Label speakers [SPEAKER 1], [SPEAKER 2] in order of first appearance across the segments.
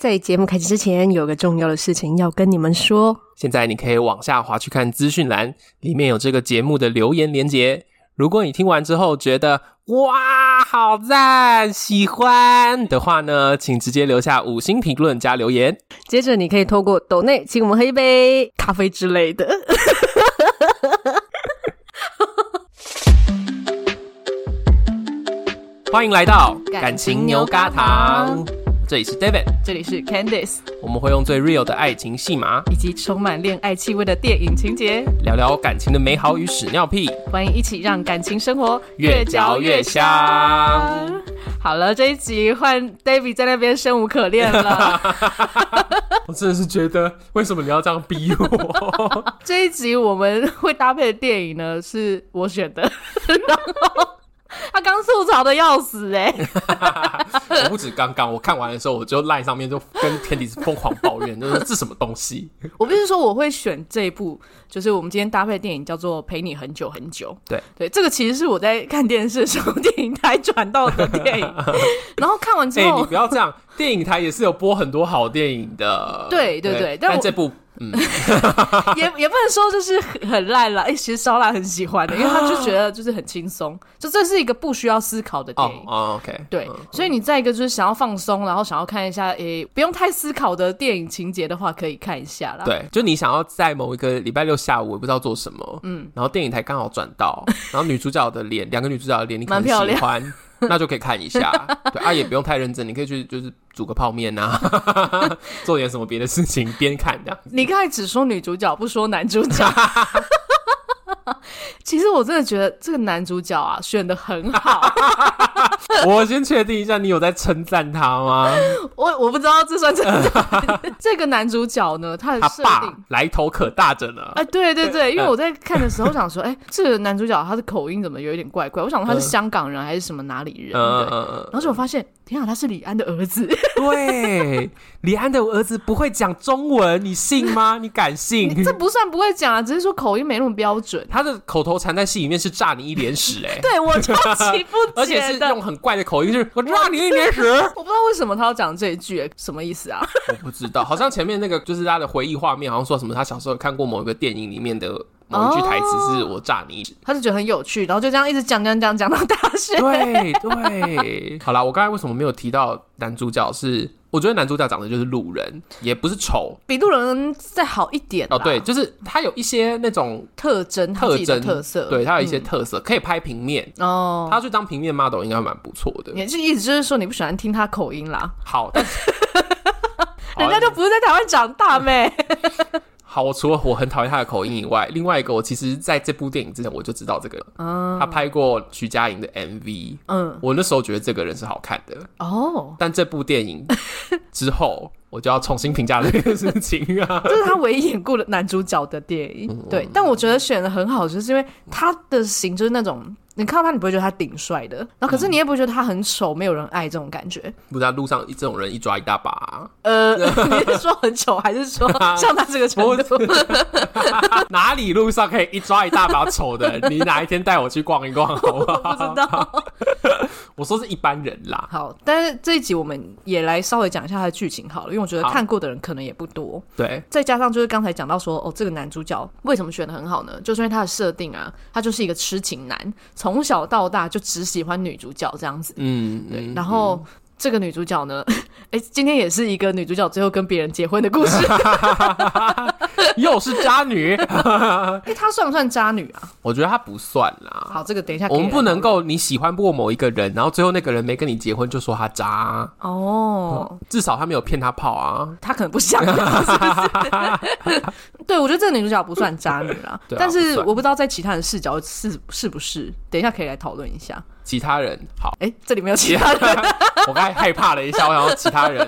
[SPEAKER 1] 在节目开始之前，有个重要的事情要跟你们说。
[SPEAKER 2] 现在你可以往下滑去看资讯栏，里面有这个节目的留言连结。如果你听完之后觉得哇好赞，喜欢的话呢，请直接留下五星评论加留言。
[SPEAKER 1] 接着，你可以透过抖内请我们喝一杯咖啡之类的。
[SPEAKER 2] 欢迎来到
[SPEAKER 1] 感情牛轧糖，
[SPEAKER 2] 这里是 David，
[SPEAKER 1] 这里是 Candice，
[SPEAKER 2] 我们会用最 real 的爱情戏码
[SPEAKER 1] 以及充满恋爱气味的电影情节，
[SPEAKER 2] 聊聊感情的美好与屎尿屁。
[SPEAKER 1] 欢迎一起让感情生活
[SPEAKER 2] 越嚼越香。
[SPEAKER 1] 好了，这一集换 David 在那边生无可恋 了。
[SPEAKER 2] 我真的是觉得，为什么你要这样逼我？
[SPEAKER 1] 这一集我们会搭配的电影呢，是我选的， 然后。他刚吐槽的要死哎、
[SPEAKER 2] 我不止刚刚，我看完的时候，我就赖上面就跟天底疯狂抱怨，就是这什么东西？
[SPEAKER 1] 我必须说，我会选这一部，就是我们今天搭配的电影叫做《陪你很久很久》。
[SPEAKER 2] 对
[SPEAKER 1] 对，这个其实是我在看电视的时候 电影台转到的电 影，然后看完之
[SPEAKER 2] 哎、
[SPEAKER 1] 后，
[SPEAKER 2] 你不要这 样，电影台也是有播很多好电影的。
[SPEAKER 1] 对对对但
[SPEAKER 2] 但
[SPEAKER 1] 我
[SPEAKER 2] 这部
[SPEAKER 1] 也也不能说就是很很烂了。哎、其实烧腊很喜欢的，因为他就觉得就是很轻松，就这是一个不需要思考的电
[SPEAKER 2] 哦
[SPEAKER 1] 影。
[SPEAKER 2] 哦，OK，
[SPEAKER 1] 对
[SPEAKER 2] 嗯，
[SPEAKER 1] 所以你再一个就是想要放松，然后想要看一下，诶、不用太思考的电影情节的话，可以看一下啦。
[SPEAKER 2] 嗯对，就你想要在某一个礼拜六下午，我不知道做什么，嗯，然后电影台刚好转 到，然后女主角的脸，两个女主角的脸，你可
[SPEAKER 1] 蛮
[SPEAKER 2] 能
[SPEAKER 1] 漂
[SPEAKER 2] 喜
[SPEAKER 1] 亮
[SPEAKER 2] 欢，那就可以看一下。对啊，也不用太认真，你可以去就是煮个泡面 啊，做点什么别的事情，边看这样。
[SPEAKER 1] 你刚才只说女主角，不说男主角。其实我真的觉得这个男主角啊选的很好，
[SPEAKER 2] 我先确定一下，你有在称赞他吗？
[SPEAKER 1] 我我不知道这算真的。 这个男主角呢，他的
[SPEAKER 2] 嗯他
[SPEAKER 1] 设
[SPEAKER 2] 爸
[SPEAKER 1] 定，
[SPEAKER 2] 来头可大着呢。
[SPEAKER 1] 哎，对对对，因
[SPEAKER 2] 嗯
[SPEAKER 1] 为我在看的时候想说， 哎，这个男主角他的口音怎么有一点怪怪？我想说他是香港人还是什么哪里人？
[SPEAKER 2] 嗯
[SPEAKER 1] 对。
[SPEAKER 2] 嗯
[SPEAKER 1] 然后就我发现，天啊，他是李安的 儿子，
[SPEAKER 2] 嗯，对，李安的儿子不会讲中文，你信 吗？你敢信？
[SPEAKER 1] 这不算不会讲啊，只是说口音没那么标准。
[SPEAKER 2] 他的口头禅在戏里面是“炸你一脸屎”哎，
[SPEAKER 1] 对我超级不
[SPEAKER 2] 而且
[SPEAKER 1] 解
[SPEAKER 2] 是
[SPEAKER 1] 的，
[SPEAKER 2] 用很怪的口音，就是“我炸你一脸屎
[SPEAKER 1] 我不知道为什么他要讲这一句，哎什么意思啊？”
[SPEAKER 2] 我不知 道，好像前面那个就是他的回忆画面，好像说什么他小时候有看过某一个电影里面的某一句台词是“我炸你一脸”。
[SPEAKER 1] 他就觉得很有趣，然后就这样一直讲讲讲讲到大学。
[SPEAKER 2] 对对，好啦，我刚才为什么没有提到男主角是？我觉得男主角长得就是路人，也不是丑
[SPEAKER 1] 比路人再好一点啦
[SPEAKER 2] 哦，对，就是他有一些那种
[SPEAKER 1] 特征，他
[SPEAKER 2] 特
[SPEAKER 1] 自己的
[SPEAKER 2] 征
[SPEAKER 1] 特色，
[SPEAKER 2] 对他有一些特色，嗯可以拍平面。
[SPEAKER 1] 哦。
[SPEAKER 2] 他去当平面 model 应该蛮不错的。
[SPEAKER 1] 也是意思就是说你不喜欢听他口音啦，
[SPEAKER 2] 好，但是好
[SPEAKER 1] 人家就不是在台湾长大呗。
[SPEAKER 2] 好。我除了我很讨厌他的口音以外，另外一个我其实在这部电影之前我就知道这个了。他拍过徐佳莹的 MV，
[SPEAKER 1] 啊嗯，
[SPEAKER 2] 我那时候觉得这个人是好看的，
[SPEAKER 1] 哦，
[SPEAKER 2] 但这部电影之后我就要重新评价这件事情啊。
[SPEAKER 1] 这是他唯一演过的男主角的电影。对，但我觉得选的很好，就是因为他的型就是那种。你看到他，你不会觉得他顶帅的，然后可是你也不会觉得他很丑，没有人爱这种感觉。
[SPEAKER 2] 不知道路上这种人一抓一大把、
[SPEAKER 1] 呃，你是说很丑，还是说像他这个程度？
[SPEAKER 2] 哪里路上可以一抓一大把丑的？你哪一天带我去逛一逛好不
[SPEAKER 1] 不
[SPEAKER 2] 好
[SPEAKER 1] 知？道。
[SPEAKER 2] 我说是一般人啦，
[SPEAKER 1] 好，但是这一集我们也来稍微讲一下它的剧情好了，因为我觉得
[SPEAKER 2] 好
[SPEAKER 1] 看过的人可能也不多。
[SPEAKER 2] 对，
[SPEAKER 1] 再加上就是刚才讲到说，哦，这个男主角为什么选的很好呢？就是因为他的设定啊，他就是一个痴情男，从小到大就只喜欢女主角这样子。
[SPEAKER 2] 嗯，
[SPEAKER 1] 对，
[SPEAKER 2] 嗯
[SPEAKER 1] 然后。这个女主角呢？ 哎，今天也是一个女主角最后跟别人结婚的 故事。
[SPEAKER 2] 又是渣女，
[SPEAKER 1] 哎，她算不算渣女啊？
[SPEAKER 2] 我觉得他不算啦。
[SPEAKER 1] 好，这个等一下
[SPEAKER 2] 我们
[SPEAKER 1] 给
[SPEAKER 2] 不能
[SPEAKER 1] 人讨
[SPEAKER 2] 够你喜欢过某一个人，然后最后那个人没跟你结婚就说他渣，
[SPEAKER 1] 论哦。
[SPEAKER 2] 至少他没有骗他泡啊。
[SPEAKER 1] 她可能 不想要，是不是？对，我觉得这个女主角不算渣女啦，
[SPEAKER 2] 对啊
[SPEAKER 1] 但
[SPEAKER 2] 不
[SPEAKER 1] 是
[SPEAKER 2] 算
[SPEAKER 1] 我不知道在其他人视角是是不是，等一下可以来讨论一下。
[SPEAKER 2] 其他人 好，
[SPEAKER 1] 哎、这里没有其 他人。
[SPEAKER 2] 我刚才害怕了一下，我想要其他人，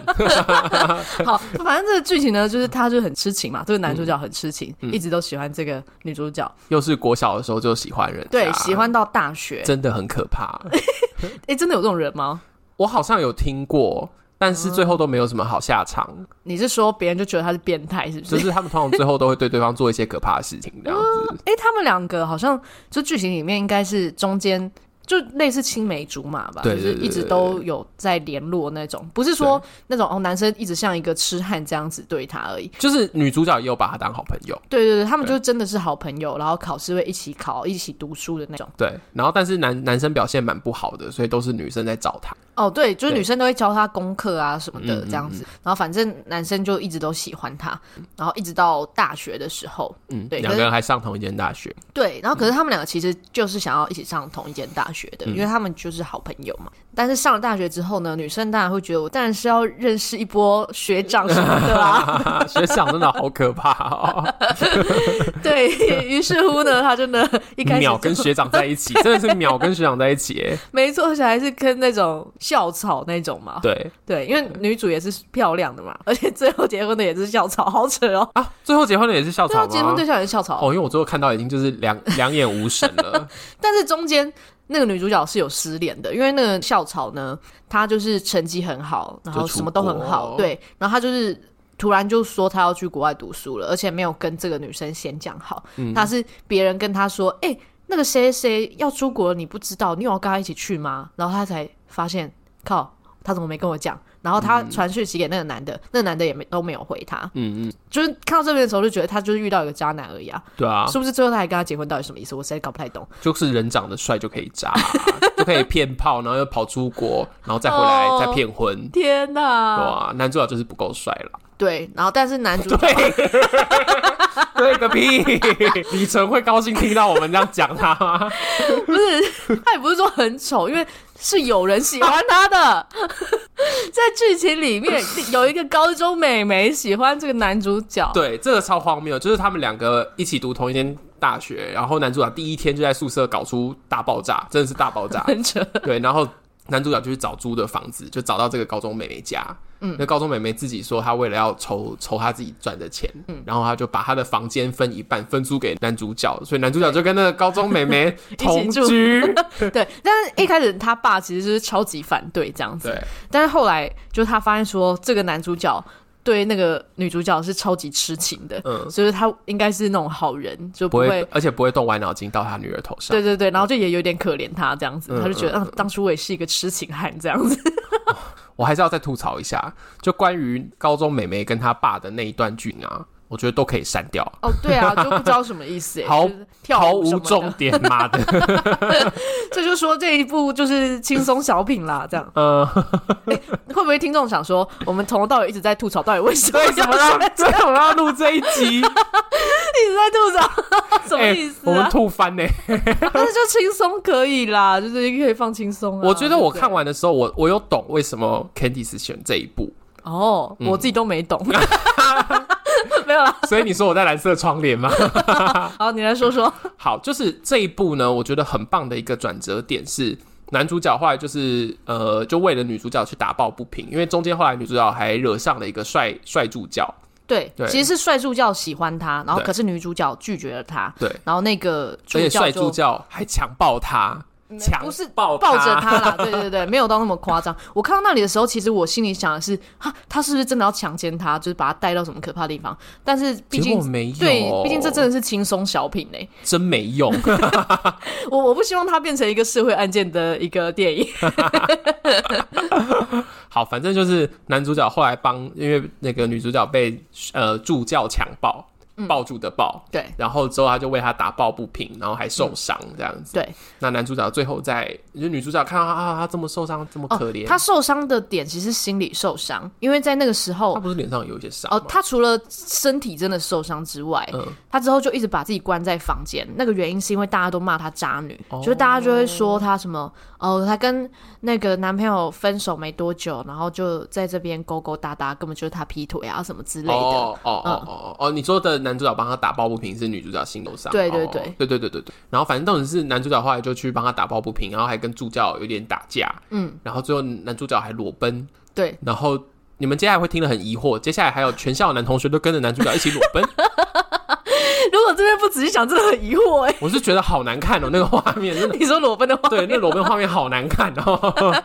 [SPEAKER 1] 好，反正这个剧情呢，就是她就很痴情嘛，这个男主角很痴情，一直都喜欢这个女主角，
[SPEAKER 2] 又嗯是啊国小的时候就喜欢人家，
[SPEAKER 1] 对，喜欢到大学。
[SPEAKER 2] 真的很可怕。
[SPEAKER 1] 哎、真的有这种人吗？
[SPEAKER 2] 我好像有听过，但是最后都没有什么好下场。
[SPEAKER 1] 你是说别人就觉得他是变态，是不是
[SPEAKER 2] 就？是他们通常最后都会对对方做 一些可怕的事情，这样子。
[SPEAKER 1] 哎、他们两个好像就剧情里面应该是中间，就类似青梅竹马吧，
[SPEAKER 2] 对对对
[SPEAKER 1] 就是一直都有在联络那种，不是说那种哦男生一直像一个痴汉这样子对他而已。
[SPEAKER 2] 就是女主角也有把他当好朋友，
[SPEAKER 1] 对对对，他们就真的是好朋友，然后考试会一起考、一起读书的那种。
[SPEAKER 2] 对。然后但是男男生表现蛮不好的，所以都是女生在找他。
[SPEAKER 1] 哦，对，就是
[SPEAKER 2] 对
[SPEAKER 1] 女生都会教他功课啊什么的
[SPEAKER 2] 嗯嗯
[SPEAKER 1] 这样子，然后反正男生就一直都喜欢她，然后一直到大学的时候，
[SPEAKER 2] 嗯，
[SPEAKER 1] 对
[SPEAKER 2] 两
[SPEAKER 1] 可
[SPEAKER 2] 个
[SPEAKER 1] 是
[SPEAKER 2] 人还上同一间大学。
[SPEAKER 1] 对，然后可是他们两个其实就是想要一起上同一间大学
[SPEAKER 2] 嗯
[SPEAKER 1] 的，因为他们就是好朋友嘛。但是上了大学之后呢，女生当然会觉得我当然是要认识一波学长什么的 啊，
[SPEAKER 2] 学长真的好可怕哦，
[SPEAKER 1] 对于是乎呢，她真的 一开始
[SPEAKER 2] 秒
[SPEAKER 1] 就
[SPEAKER 2] 跟学长在一 起，真的是秒跟学长在一起耶。
[SPEAKER 1] 没错，而且还是跟那种校草那种嘛，
[SPEAKER 2] 对
[SPEAKER 1] 对，因为女主也是漂亮的嘛，而且最后结婚的也是校草，好扯哦。
[SPEAKER 2] 啊，最后结婚的也是校
[SPEAKER 1] 最后
[SPEAKER 2] 草
[SPEAKER 1] 结婚
[SPEAKER 2] 吗
[SPEAKER 1] 对？象也是校草啊
[SPEAKER 2] 哦，因为我最后看到已经就是两 两眼无神 了。
[SPEAKER 1] 但是中间那个女主角是有失联的，因为那个校草呢，她就是成绩很好，然后什么都很
[SPEAKER 2] 就出
[SPEAKER 1] 好，
[SPEAKER 2] 国
[SPEAKER 1] 对，然后她就是突然就说她要去国外读书了，而且没有跟这个女生先讲好，
[SPEAKER 2] 嗯
[SPEAKER 1] 她是别人跟她说，哎、那个谁谁谁要出国了，你不知道，你有要跟她一起去吗？然后她才发现，靠，她怎么没跟我讲？然后她传讯息给那个男的， 那个男的也没都没有回她，
[SPEAKER 2] 嗯嗯，
[SPEAKER 1] 就是看到这边的时候就觉得她就是遇到一个渣男而已啊，
[SPEAKER 2] 对啊，
[SPEAKER 1] 是不是最后她还跟他结婚到底什么意思？我实在搞不太懂。
[SPEAKER 2] 就是人长得帅就可以渣，啊 就可以骗炮，然后又跑出国，然后再回来、
[SPEAKER 1] 哦啊
[SPEAKER 2] 再骗婚。
[SPEAKER 1] 天哪！
[SPEAKER 2] 哇，男主角就是不够帅了，
[SPEAKER 1] 对，然后但是男主角
[SPEAKER 2] 啊 对，对个屁！李晨会高兴听到我们这样讲啊他吗？
[SPEAKER 1] 不是，他也不是说很丑，因为是有人喜欢他的。 在剧情里面有一个高中美眉喜欢这个男主角，，
[SPEAKER 2] 对，这个超荒谬，就是他们两个一起读同一间大学，然后男主角第一天就在宿舍搞出大爆炸，真的是大爆炸
[SPEAKER 1] 很扯。
[SPEAKER 2] 对，然后男主角就去找租的房子，就找到这个高中妹妹家。嗯，那高中妹妹自己说，她为了要筹筹她自己赚的钱，嗯，然后她就把她的房间分一半分租给男主角，所以男主角就跟那个高中妹妹同
[SPEAKER 1] 住
[SPEAKER 2] 居。
[SPEAKER 1] 对，但是一开始他爸其实就是超级反对这样子，
[SPEAKER 2] 对，
[SPEAKER 1] 但是后来就他发现说这个男主角。对那个女主角是超级痴情的，
[SPEAKER 2] 嗯
[SPEAKER 1] 所以他应该是那种好人，就
[SPEAKER 2] 不
[SPEAKER 1] 不会
[SPEAKER 2] 会，而且不会动歪脑筋到他女儿头上
[SPEAKER 1] 对。对对，然后就也有点可怜他这样子，
[SPEAKER 2] 嗯
[SPEAKER 1] 他就觉得，嗯、当初我也是一个痴情汉这样子。
[SPEAKER 2] 我还是要再吐槽一下，就关于高中妹妹跟她爸的那一段剧啊，我觉得都可以删掉，
[SPEAKER 1] 哦，对 啊，就不知道什么意思欸，
[SPEAKER 2] 毫
[SPEAKER 1] 就是跳
[SPEAKER 2] 毫
[SPEAKER 1] 舞什
[SPEAKER 2] 无
[SPEAKER 1] 么的
[SPEAKER 2] 重，点，妈的。
[SPEAKER 1] 这就说这一部就是轻松小品啦，这样
[SPEAKER 2] 呃，
[SPEAKER 1] 会不会听众想说，我们从头到尾一直在吐槽，到底为什么
[SPEAKER 2] 为什么要
[SPEAKER 1] 要一
[SPEAKER 2] 为什么要录这一 集？
[SPEAKER 1] 直在吐槽， 什么意思
[SPEAKER 2] 哎我们
[SPEAKER 1] 啊？
[SPEAKER 2] 吐翻呢、
[SPEAKER 1] 但是就轻松可以啦，就是可以放轻松啊。
[SPEAKER 2] 我觉得我
[SPEAKER 1] 对不对啊
[SPEAKER 2] 看完的时候，我我有懂为什么 Candice 选这一部，
[SPEAKER 1] 哦，
[SPEAKER 2] 嗯
[SPEAKER 1] 我自己都没 懂，没有啦。
[SPEAKER 2] 所以你说我在蓝色窗帘 吗？
[SPEAKER 1] 好，你来说说。
[SPEAKER 2] 好，就是这一部呢，我觉得很棒的一个转折点是。男主角后来就是呃，就为了女主角去打抱不平，因为中间后来女主角还惹上了一个帅帅助教，
[SPEAKER 1] 对，
[SPEAKER 2] 对
[SPEAKER 1] 其实是帅助教喜欢他，然后
[SPEAKER 2] 对
[SPEAKER 1] 可是女主角拒绝了他，
[SPEAKER 2] 对，
[SPEAKER 1] 然后那个
[SPEAKER 2] 而
[SPEAKER 1] 助
[SPEAKER 2] 且
[SPEAKER 1] 教
[SPEAKER 2] 帅
[SPEAKER 1] 就嗯
[SPEAKER 2] 助教还强暴她，强
[SPEAKER 1] 不是
[SPEAKER 2] 抱
[SPEAKER 1] 抱着他啦，对对对，没有到那么夸张。我看到那里的时候，其实我心里想的是，哈，他是不是真的要强奸他，就是把他带到什么可怕的地方？但是毕
[SPEAKER 2] 结
[SPEAKER 1] 竟
[SPEAKER 2] 果没有，
[SPEAKER 1] 对，毕竟这真的是轻松小品嘞、
[SPEAKER 2] 真没用，
[SPEAKER 1] 我我不希望它变成一个社会案件的一个电影。
[SPEAKER 2] 好，反正就是男主角后来帮，因为那个女主角被呃助教强暴，抱住的抱，
[SPEAKER 1] 对
[SPEAKER 2] 然后之后他就为他打抱不平，然后还受伤这样子。
[SPEAKER 1] 对，
[SPEAKER 2] 那男主角最后在，就是女主角看到他啊，他这么受伤，这么可怜，
[SPEAKER 1] 哦他受伤的点其实是心理受伤，因为在那个时
[SPEAKER 2] 他
[SPEAKER 1] 候。
[SPEAKER 2] 不是脸上有一些伤
[SPEAKER 1] 哦，
[SPEAKER 2] 吗？
[SPEAKER 1] 他除了身体真的受伤之外，
[SPEAKER 2] 嗯，
[SPEAKER 1] 他之后就一直把自己关在房间。那个原因是因为大家都骂她渣女，
[SPEAKER 2] 哦
[SPEAKER 1] 就是大家就会说她什么哦，她跟那个男朋友分手没多久，然后就在这边勾勾搭搭，根本就是她劈腿啊什么之类的。
[SPEAKER 2] 哦哦哦哦哦哦！你说的男主角帮他打抱不平是女主角心头伤，
[SPEAKER 1] 对对
[SPEAKER 2] 哦
[SPEAKER 1] 对
[SPEAKER 2] 对对对对对。然后反正当时是男主角后来就去帮他打抱不平，然后还跟助教有点打架，
[SPEAKER 1] 嗯，
[SPEAKER 2] 然后最后男主角还裸奔，
[SPEAKER 1] 对，
[SPEAKER 2] 然后你们接下来会听得很疑惑，接下来还有全校的男同学都跟着男主角一起裸奔，
[SPEAKER 1] 如果这边不仔细想，真的很疑惑哎、
[SPEAKER 2] 我是觉得好难看哦，那个画面真的，
[SPEAKER 1] 你说裸奔的 话，
[SPEAKER 2] 对，那裸奔画面好难看哦。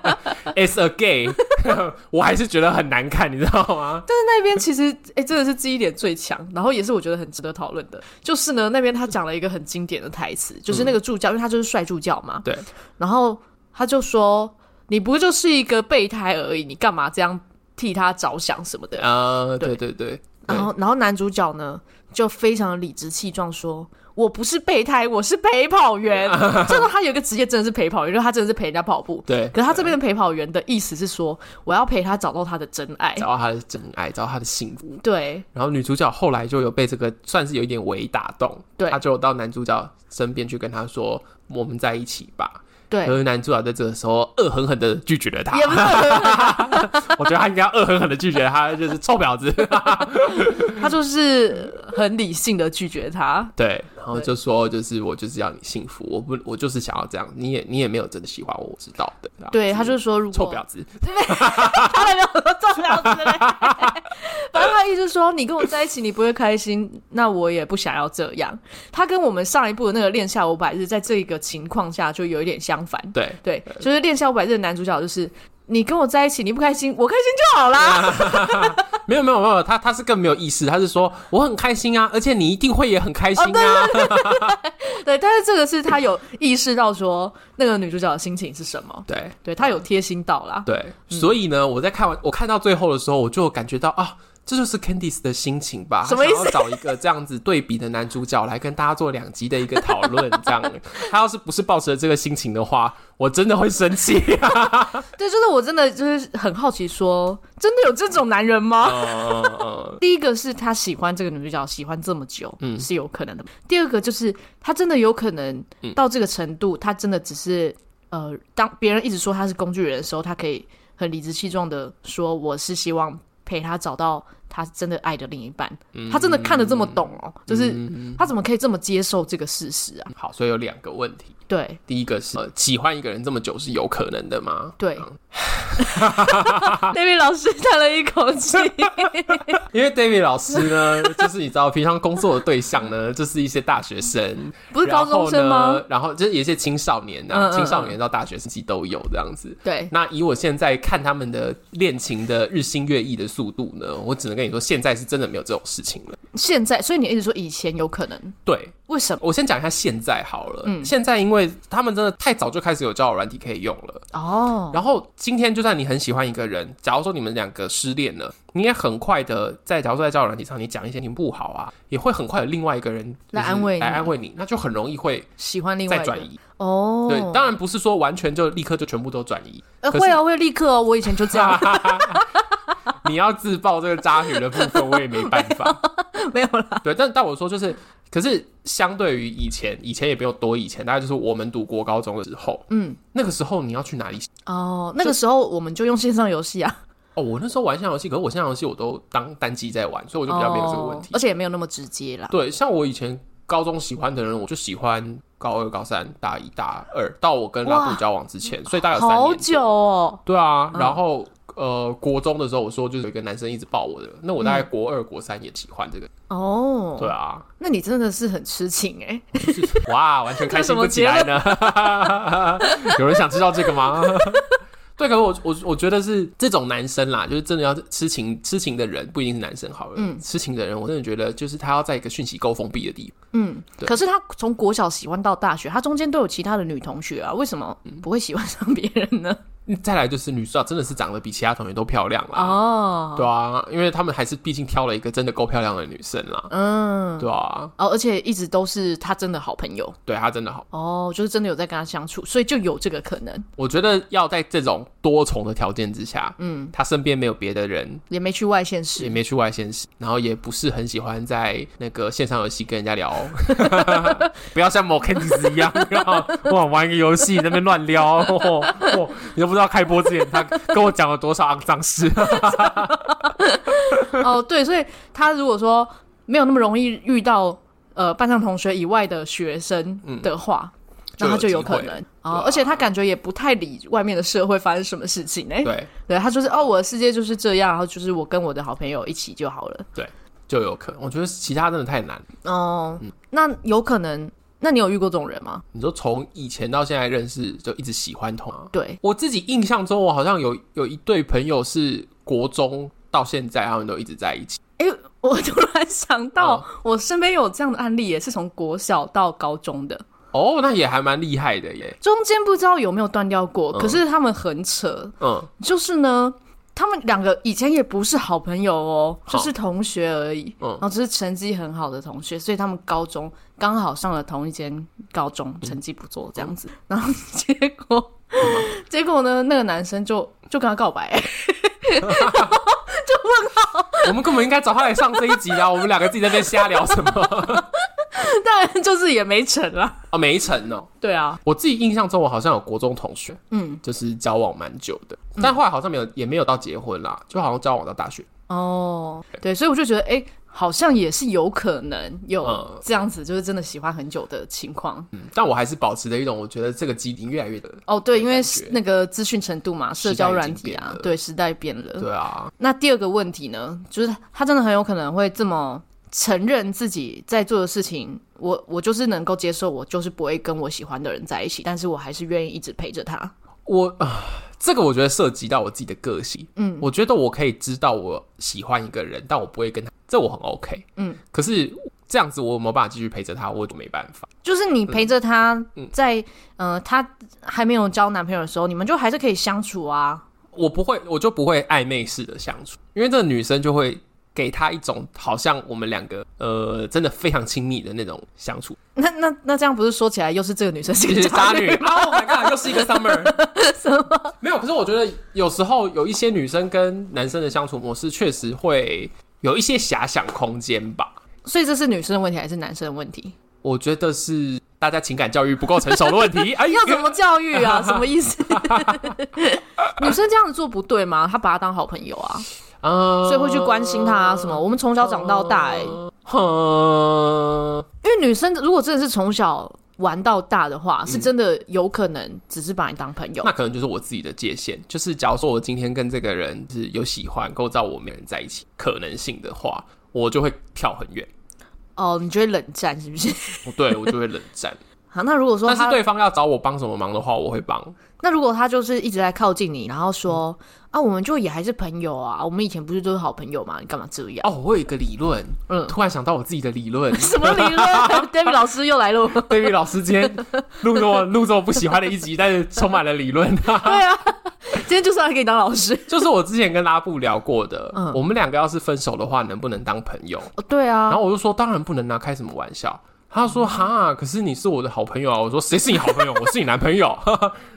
[SPEAKER 2] As a gay， 我还是觉得很难看，你知道吗？
[SPEAKER 1] 但是那边其实，哎、真的是记忆点最强，然后也是我觉得很值得讨论的，就是呢，那边他讲了一个很经典的台词，就是那个助教，因为他就是帅助教嘛，
[SPEAKER 2] 嗯对，
[SPEAKER 1] 然后他就说：“你不就是一个备胎而已，你干嘛这样替他着想什么的？”
[SPEAKER 2] 啊，对对
[SPEAKER 1] 对
[SPEAKER 2] 对，
[SPEAKER 1] 然后，然后男主角呢就非常理直气壮说：“我不是备胎，我是陪跑 员。”这时候他有一个职业真的是陪跑员，就是他真的是陪人家跑步。
[SPEAKER 2] 对
[SPEAKER 1] 可是他这边的陪跑员的意思是说，我要陪他找到他的真爱。
[SPEAKER 2] 找到他的真爱，找到他的幸福。
[SPEAKER 1] 对
[SPEAKER 2] 然后女主角后来就有被这个算是有一点微打动，
[SPEAKER 1] 对
[SPEAKER 2] 她就到男主角身边去跟他说：“我们在一起吧。”可
[SPEAKER 1] 对，
[SPEAKER 2] 是男主角在这个时候恶狠狠的拒绝了他，
[SPEAKER 1] 也不是
[SPEAKER 2] 我觉得他应该要恶狠狠的拒绝他，就是臭婊 子。
[SPEAKER 1] 他就是很理性的拒绝他。
[SPEAKER 2] 对，然后
[SPEAKER 1] 对
[SPEAKER 2] 就说就是我就是要你幸福，我不我就是想要这样，你也你也没有真的喜欢我，我知道的。
[SPEAKER 1] 对，他就说如
[SPEAKER 2] 臭
[SPEAKER 1] 果
[SPEAKER 2] 婊子，
[SPEAKER 1] 他还没有说中了之类。 反正他意思说，你跟我在一起，你不会开心，那我也不想要这样。他跟我们上一部的那个《恋下五百日》在这个情况下就有一点相反。
[SPEAKER 2] 对，
[SPEAKER 1] 对，就是《恋下五百日》的男主角就是你跟我在一起，你不开心，我开心就好啦。
[SPEAKER 2] 没有没有没有，他他是更没有意思，他是说我很开心啊，而且你一定会也很开心啊，
[SPEAKER 1] 哦对，但是这个是他有意识到说那个女主角的心情是什么，
[SPEAKER 2] 对
[SPEAKER 1] 对嗯他有贴心到啦。
[SPEAKER 2] 对，所以呢，我在看完我看到最后的时候，我就感觉到啊。这就是 Candice 的心情吧，
[SPEAKER 1] 什么意思
[SPEAKER 2] 她想要找一个这样子对比的男主角来跟大家做两集的一个讨论，这样。他要是不是抱持了这个心情的话，我真的会生气。
[SPEAKER 1] 对，就是我真的就是很好奇说真的有这种男人吗？
[SPEAKER 2] 嗯嗯嗯
[SPEAKER 1] 第一个是他喜欢这个女主角，喜欢这么久，嗯，是有可能的。第二个就是他真的有可能
[SPEAKER 2] 嗯
[SPEAKER 1] 到这个程度，他真的只是呃，当别人一直说他是工具人的时候，他可以很理直气壮的说我是希望陪他找到他真的爱的另一半。
[SPEAKER 2] 嗯
[SPEAKER 1] 他真的看得这么懂哦，就是他怎么可以这么接受这个事实啊？
[SPEAKER 2] 好，所以有两个问题。
[SPEAKER 1] 对
[SPEAKER 2] 第一个是、呃、喜欢一个人这么久是有可能的吗？
[SPEAKER 1] 对。 那位老师叹了一口 气，
[SPEAKER 2] 因为 David 老师呢， 就是你知道，平常工作的对象 呢，就是一些大学生，
[SPEAKER 1] 不是高中生
[SPEAKER 2] 然后
[SPEAKER 1] 吗
[SPEAKER 2] 呢？？然后就是有一些青少年
[SPEAKER 1] 嗯
[SPEAKER 2] 啊，
[SPEAKER 1] 嗯嗯
[SPEAKER 2] 青少年到大学时期都有这样子。
[SPEAKER 1] 对，
[SPEAKER 2] 那以我现在看他们的恋情的日新月异的速度呢，我只能跟你说，现在是真的没有这种事情了。
[SPEAKER 1] 现在，所以你一直说以前有可能，
[SPEAKER 2] 对
[SPEAKER 1] 为什么？
[SPEAKER 2] 我先讲一下现在好了，
[SPEAKER 1] 嗯
[SPEAKER 2] 现在因为他们真的太早就开始有交友软体可以用了，
[SPEAKER 1] 哦，
[SPEAKER 2] 然后今天就算你很喜欢一个人，假如说你们两个失恋了，你也很快的在假如说在交友软体上你讲一些你不好啊，也会很快有另外一个人就是
[SPEAKER 1] 来安慰你
[SPEAKER 2] 来安慰你，那就很容易会
[SPEAKER 1] 喜欢另外
[SPEAKER 2] 再
[SPEAKER 1] 一个
[SPEAKER 2] 转 移。
[SPEAKER 1] 哦，
[SPEAKER 2] 对，当然不是说完全就立刻就全部都转移，
[SPEAKER 1] 呃
[SPEAKER 2] 可
[SPEAKER 1] 会
[SPEAKER 2] 是
[SPEAKER 1] 哦，会立刻哦，我以前就 这样，
[SPEAKER 2] 你要自爆这个渣女的部分，我也没办 法。
[SPEAKER 1] 没有啦。
[SPEAKER 2] 对，但但我说就是，可是相对于以前，以前也没有多以前，大概就是我们读国高中的时候，
[SPEAKER 1] 嗯，
[SPEAKER 2] 那个时候你要去哪里？
[SPEAKER 1] 哦，那个时候我们就用线上游戏啊，
[SPEAKER 2] 哦，我那时候玩线上游戏，可是我线上游戏我都当单机在玩，所以我就 比较没有这个问题
[SPEAKER 1] 哦。而且也没有那么直接啦。
[SPEAKER 2] 对，像我以前高中喜欢的人，我就喜欢高二、高三、大一、大二，到我跟拉
[SPEAKER 1] 哇
[SPEAKER 2] 布交往之前，所以大概有三年
[SPEAKER 1] 好
[SPEAKER 2] 左右
[SPEAKER 1] 久哦，
[SPEAKER 2] 对啊，
[SPEAKER 1] 嗯
[SPEAKER 2] 然后、呃，国中的时候我说就是有一个男生一直抱我的，那我大概国二、国三也喜欢这个。
[SPEAKER 1] 嗯哦，
[SPEAKER 2] 对，啊，
[SPEAKER 1] 那你真的是很痴情哎、
[SPEAKER 2] 就是 哇，完全开心不起来呢。 有人想知道这个吗？ 对，可是我我我觉得是这种男生啦，就是真的要痴情痴情的人，不一定是男生好了。嗯，痴情的人，我真的觉得就是他要在一个讯息够封闭的地方。
[SPEAKER 1] 嗯，
[SPEAKER 2] 对
[SPEAKER 1] 可是他从国小喜欢到大学，他中间都有其他的女同学啊，为什么不会喜欢上别人呢？
[SPEAKER 2] 嗯再来就是女主角真的是长得比其他同学都漂亮啦。
[SPEAKER 1] 哦，
[SPEAKER 2] 对啊，因为他们还是毕竟挑了一个真的够漂亮的女生啦。
[SPEAKER 1] 嗯，
[SPEAKER 2] 对啊，
[SPEAKER 1] 哦，而且一直都是他真的好朋友
[SPEAKER 2] 对啊她真的好。
[SPEAKER 1] 哦，就是真的有在跟他相处，所以就有这个可能，
[SPEAKER 2] 我觉得要在这种多重的条件之下，嗯，她身边没有别的人，
[SPEAKER 1] 也没去外县
[SPEAKER 2] 也
[SPEAKER 1] 市。
[SPEAKER 2] 没去外县市，然后也不是很喜欢在那个线上游戏跟人家 聊，不要像某 Candice 一样，然后哇玩一个游戏在那边乱撩，哦哦，你都不知道开播之前他跟我讲了多少肮脏事。
[SPEAKER 1] 哎 哦，对，所以他如果说没有那么容易遇到呃班上同学以外的学生的话，那他就有可
[SPEAKER 2] 嗯就有
[SPEAKER 1] 能
[SPEAKER 2] 对
[SPEAKER 1] 哦
[SPEAKER 2] 啊，
[SPEAKER 1] 而且他感觉也不太理外面的社会发生什么事情呢、欸
[SPEAKER 2] 对，
[SPEAKER 1] 对他就是哦，我的世界就是这样，然后就是我跟我的好朋友一起就好了。
[SPEAKER 2] 就有可能。我觉得其他真的太难。
[SPEAKER 1] 哦，那有可能那你有遇过这种人吗？
[SPEAKER 2] 你说从以前到现在认识，就一直喜欢同啊。
[SPEAKER 1] 对，
[SPEAKER 2] 我自己印象中，我好像有有一对朋友是国中到现在，他们都一直在一起。
[SPEAKER 1] 哎、我突然想
[SPEAKER 2] 哦
[SPEAKER 1] 到，我身边有这样的案例，也是从国小到高中的，
[SPEAKER 2] 哦，那也还蛮厉害的耶。
[SPEAKER 1] 中间不知道有没有断掉过，
[SPEAKER 2] 嗯
[SPEAKER 1] 可是他们很扯，
[SPEAKER 2] 嗯，
[SPEAKER 1] 就是呢。他们两个以前也不是好朋友哦，
[SPEAKER 2] 好
[SPEAKER 1] 就是同学而已，
[SPEAKER 2] 嗯
[SPEAKER 1] 然后只是成绩很好的同学，所以他们高中刚好上了同一间高中，成绩不错这样
[SPEAKER 2] 嗯
[SPEAKER 1] 子。然后结果，结果呢，那个男生就就跟他告白、
[SPEAKER 2] 我们根本应该找他来上这一集啊！我们两个自己在那边瞎聊什么？
[SPEAKER 1] 当然就是也没成啦。
[SPEAKER 2] 哦，没成哦。
[SPEAKER 1] 对啊，
[SPEAKER 2] 我自己印象中，我好像有国中同学，嗯，就是交往蛮久的，但后来好像没有，也没有到结婚啦，就好像交往到大学。
[SPEAKER 1] 哦，对，所以我就觉得，哎、好像也是有可能有
[SPEAKER 2] 嗯
[SPEAKER 1] 这样子，就是真的喜欢很久的情况。
[SPEAKER 2] 嗯，但我还是保持着一种，我觉得这个基因越来越的，
[SPEAKER 1] 哦，对，因为
[SPEAKER 2] 感觉
[SPEAKER 1] 那个资讯程度嘛，社
[SPEAKER 2] 时代
[SPEAKER 1] 交
[SPEAKER 2] 已
[SPEAKER 1] 软
[SPEAKER 2] 经
[SPEAKER 1] 体
[SPEAKER 2] 变
[SPEAKER 1] 啊
[SPEAKER 2] 了，
[SPEAKER 1] 对，时代变了。
[SPEAKER 2] 对啊，
[SPEAKER 1] 那第二个问题呢，就是他真的很有可能会这么承认自己在做的事情，我我就是能够接受，我就是不会跟我喜欢的人在一起，但是我还是愿意一直陪着他。
[SPEAKER 2] 我啊、这个我觉得涉及到我自己的个性。嗯，我觉得我可以知道我喜欢一个人，但我不会跟他，这我很 OK。
[SPEAKER 1] 嗯，
[SPEAKER 2] 可是这样子我有没有办法继续陪着他？我也没办法。
[SPEAKER 1] 就是你陪着他
[SPEAKER 2] 嗯
[SPEAKER 1] 在、呃，他还没有交男朋友的时候，你们就还是可以相处啊。
[SPEAKER 2] 我不会，我就不会暧昧式的相处，因为这个女生就会给他一种好像我们两个呃真的非常亲密的那种相处，
[SPEAKER 1] 那那那这样不是说起来又是这个女生是
[SPEAKER 2] 就
[SPEAKER 1] 个
[SPEAKER 2] 是渣女。
[SPEAKER 1] 女吗？
[SPEAKER 2] Oh my god，又是一个 summer。没有，可是我觉得有时候有一些女生跟男生的相处模式确实会有一些遐想空间吧。
[SPEAKER 1] 所以这是女生的问题还是男生的问题？
[SPEAKER 2] 我觉得是大家情感教育不够成熟的问 题。哎，
[SPEAKER 1] 要怎么教育 啊？什么意思？ 女生这样子做不对吗？她把他当好朋友啊，
[SPEAKER 2] 啊
[SPEAKER 1] 所以会去关心他啊什么。我们从小长到大、欸，因
[SPEAKER 2] 哼，
[SPEAKER 1] 为女生如果真的是从小玩到大的话，是真的有可能只是把你当朋友
[SPEAKER 2] 嗯那。可能就是我自己的界限。就是假如说我今天跟这个人是有喜欢，构造我们人在一起可能性的话，我就会跳很远。
[SPEAKER 1] 哦，你就会冷战是不 是？
[SPEAKER 2] 我对我就会冷战。
[SPEAKER 1] 好，那如果 说
[SPEAKER 2] 但是
[SPEAKER 1] 他，
[SPEAKER 2] 对方要找我帮什么忙的话，我会帮。
[SPEAKER 1] 那如果他就是一直在靠近你，然后说、啊，我们就也还是朋友啊，我们以前不是都是好朋友嘛，你干嘛这样？
[SPEAKER 2] 哦，我有一个理论，
[SPEAKER 1] 嗯，
[SPEAKER 2] 突然想到我自己的理论。啊
[SPEAKER 1] 什么理论 ？David 老师又来 了。
[SPEAKER 2] Baby 老师今天录着我录着我不喜欢的一集，但是充满了理论。
[SPEAKER 1] 对啊，今天就是要来给你当老师。
[SPEAKER 2] 就是我之前跟拉布聊过的，
[SPEAKER 1] 嗯
[SPEAKER 2] 我们两个要是分手的话，能不能当朋友？
[SPEAKER 1] 哦，对啊
[SPEAKER 2] 然，后我就说，当然不能拿开什么玩笑。他说哈，可是你是我的好朋友啊。我说谁是你好 朋友？我是你男朋友。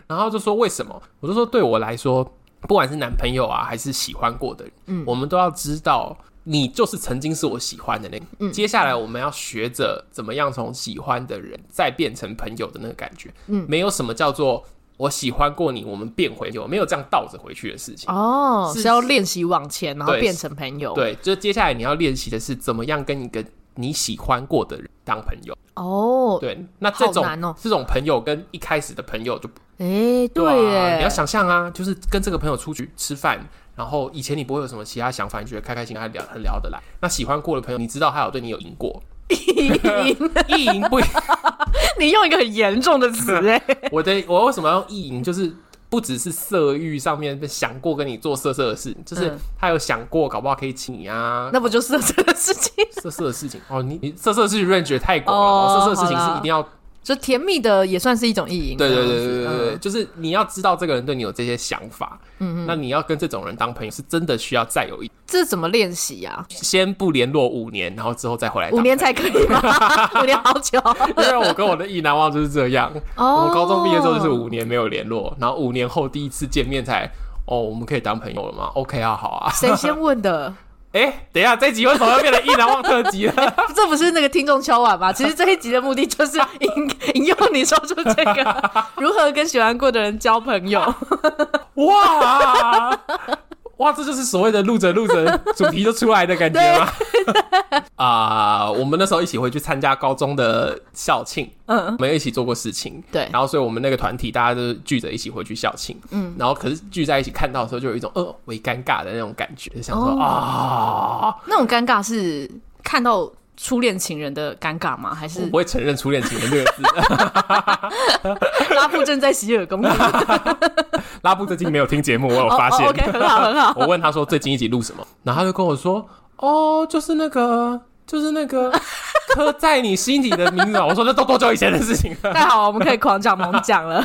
[SPEAKER 2] 然后就说为什么？我就说对我来说，不管是男朋友啊，还是喜欢过的人，嗯，我们都要知道。你就是曾经是我喜欢的那个，接下来我们要学着怎么样从喜欢的人再变成朋友的那个感觉，嗯，没有什么叫做我喜欢过你，我们变回友，没有这样倒着回去的事情。
[SPEAKER 1] 哦，
[SPEAKER 2] 是
[SPEAKER 1] 是要练习往前，然后
[SPEAKER 2] 对
[SPEAKER 1] 变成朋友。，
[SPEAKER 2] 对，就接下来你要练习的是怎么样跟一个你喜欢过的人当朋友。
[SPEAKER 1] 哦，
[SPEAKER 2] 对，那这种、
[SPEAKER 1] 好难哦
[SPEAKER 2] 这种朋友跟一开始的朋友就不
[SPEAKER 1] 哎，
[SPEAKER 2] 啊，你要
[SPEAKER 1] 耶，
[SPEAKER 2] 想象啊，就是跟这个朋友出去吃饭。然后以前你不会有什么其他想法，你觉得开开心心还聊很聊得来。那喜欢过的朋友，你知道他有对你有赢 过，意淫不？
[SPEAKER 1] 你用一个很严重的 词，哎，
[SPEAKER 2] 我的我为什么要用意淫？就是不只是色欲上面想过跟你做色色的事，就是
[SPEAKER 1] 嗯
[SPEAKER 2] 他有想过，搞不好可以请你啊，
[SPEAKER 1] 那不就是这个事情？
[SPEAKER 2] 色色的事情哦。你你色色的事情 range 也太广了，
[SPEAKER 1] 哦
[SPEAKER 2] 色色的事情
[SPEAKER 1] 好
[SPEAKER 2] 是
[SPEAKER 1] 啦
[SPEAKER 2] 一定要
[SPEAKER 1] 就甜蜜的也算是一种意淫。
[SPEAKER 2] 对对
[SPEAKER 1] 这
[SPEAKER 2] 对
[SPEAKER 1] 样子
[SPEAKER 2] 对对对，
[SPEAKER 1] 嗯
[SPEAKER 2] 就是你要知道这个人对你有这些想法，嗯那你要跟这种人当朋友，是真的需要再有一
[SPEAKER 1] 这怎么练习呀？
[SPEAKER 2] 先不联络五年，然后之后再回来。
[SPEAKER 1] 五年，才可以吗？五年好久。
[SPEAKER 2] 因为我跟我的意难忘就是这样。
[SPEAKER 1] 哦
[SPEAKER 2] 我们高中毕业之后就是五年没有联络，然后五年后第一次见面才。哦，我们可以当朋友了吗？OK 啊，好啊。
[SPEAKER 1] 谁先 问的？
[SPEAKER 2] 哎、等一下，这集为什么又变成意难忘特辑了？
[SPEAKER 1] 这不是那个听众敲碗吗？其实这一集的目的就是 引引诱你说出这个 如何跟喜欢过的人交朋友。
[SPEAKER 2] 哇哇，这就是所谓的录着录着主题就出来的感觉吗？ 啊、我们那时候一起回去参加高中的校庆，嗯，我们有一起做过事情，
[SPEAKER 1] 对
[SPEAKER 2] 然后所以我们那个团体大家都聚着一起回去校庆，嗯，然后可是聚在一起看到的时候，就有一种呃微尴尬的那种感觉，就想说、
[SPEAKER 1] 哦
[SPEAKER 2] 啊，
[SPEAKER 1] 那种尴尬是看到初恋情人的尴尬吗？还是
[SPEAKER 2] 我会承认初恋情人这个字。
[SPEAKER 1] 拉布正在洗 耳恭听？
[SPEAKER 2] 拉布最近没有听节目，我有
[SPEAKER 1] 哦
[SPEAKER 2] 发现。
[SPEAKER 1] 哦，OK，很好很好。
[SPEAKER 2] 我问他说最近一集录什么，然后他就跟我说，哦，就是那个，就是那个刻在你心底的名字。我说这都多久以前的事情了？
[SPEAKER 1] 太好了，我们可以狂讲猛 讲了。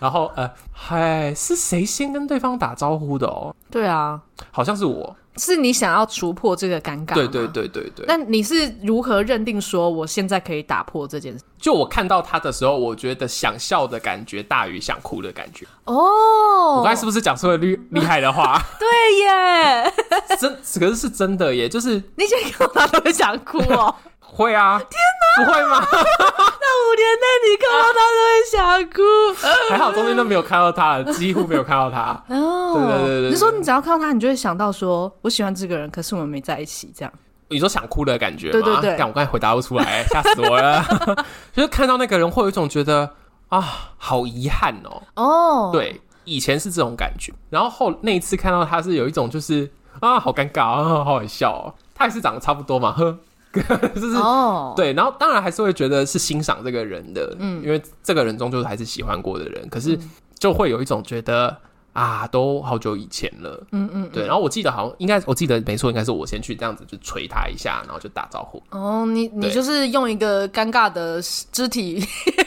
[SPEAKER 2] 然后呃，嗨，是谁先跟对方打招呼的哦？
[SPEAKER 1] 对啊，
[SPEAKER 2] 好像是我。
[SPEAKER 1] 是你想要突破这个尴尬？
[SPEAKER 2] 对对。对对对。
[SPEAKER 1] 那你是如何认定说我现在可以打破这件事？
[SPEAKER 2] 就我看到他的时候，我觉得想笑的感觉大于想哭的感觉。
[SPEAKER 1] 哦
[SPEAKER 2] 我刚才是不是讲出了厉厉害的话？
[SPEAKER 1] 对耶，
[SPEAKER 2] 真可是是真的耶，就是
[SPEAKER 1] 你现在看到他都会想哭哦。
[SPEAKER 2] 会啊。天哪！不会吗？
[SPEAKER 1] 那五年内你看到他都会想 哭。
[SPEAKER 2] 还好中间都没有看到他，几乎没有看到他。
[SPEAKER 1] 哦
[SPEAKER 2] 对对对对对
[SPEAKER 1] 你说你只要看到他，你就会想到说，我喜欢这个人，可是我们没在一起，这样。
[SPEAKER 2] 你说想哭的感觉吗？
[SPEAKER 1] 对对对
[SPEAKER 2] 但我刚才回答不出来，吓死我了。 就是看到那个人，会有一种觉得啊，好遗憾哦。
[SPEAKER 1] 哦，
[SPEAKER 2] 对，以前是这种感觉，然后后那一次看到他是有一种就是啊，好尴尬啊，好好笑哦。他也是长得差不多嘛，呵， 就是、
[SPEAKER 1] 哦，
[SPEAKER 2] 对，然后当然还是会觉得是欣赏这个人的，嗯，因为这个人终究还是喜欢过的人，可是就会有一种觉得。啊，都好久以前了，嗯嗯对。然后我记得好像应该，我记得没错，应该是我先去这样子就捶他一下，然后就打招 呼，
[SPEAKER 1] 哦，你你
[SPEAKER 2] 对
[SPEAKER 1] 就是用一个尴尬的 肢体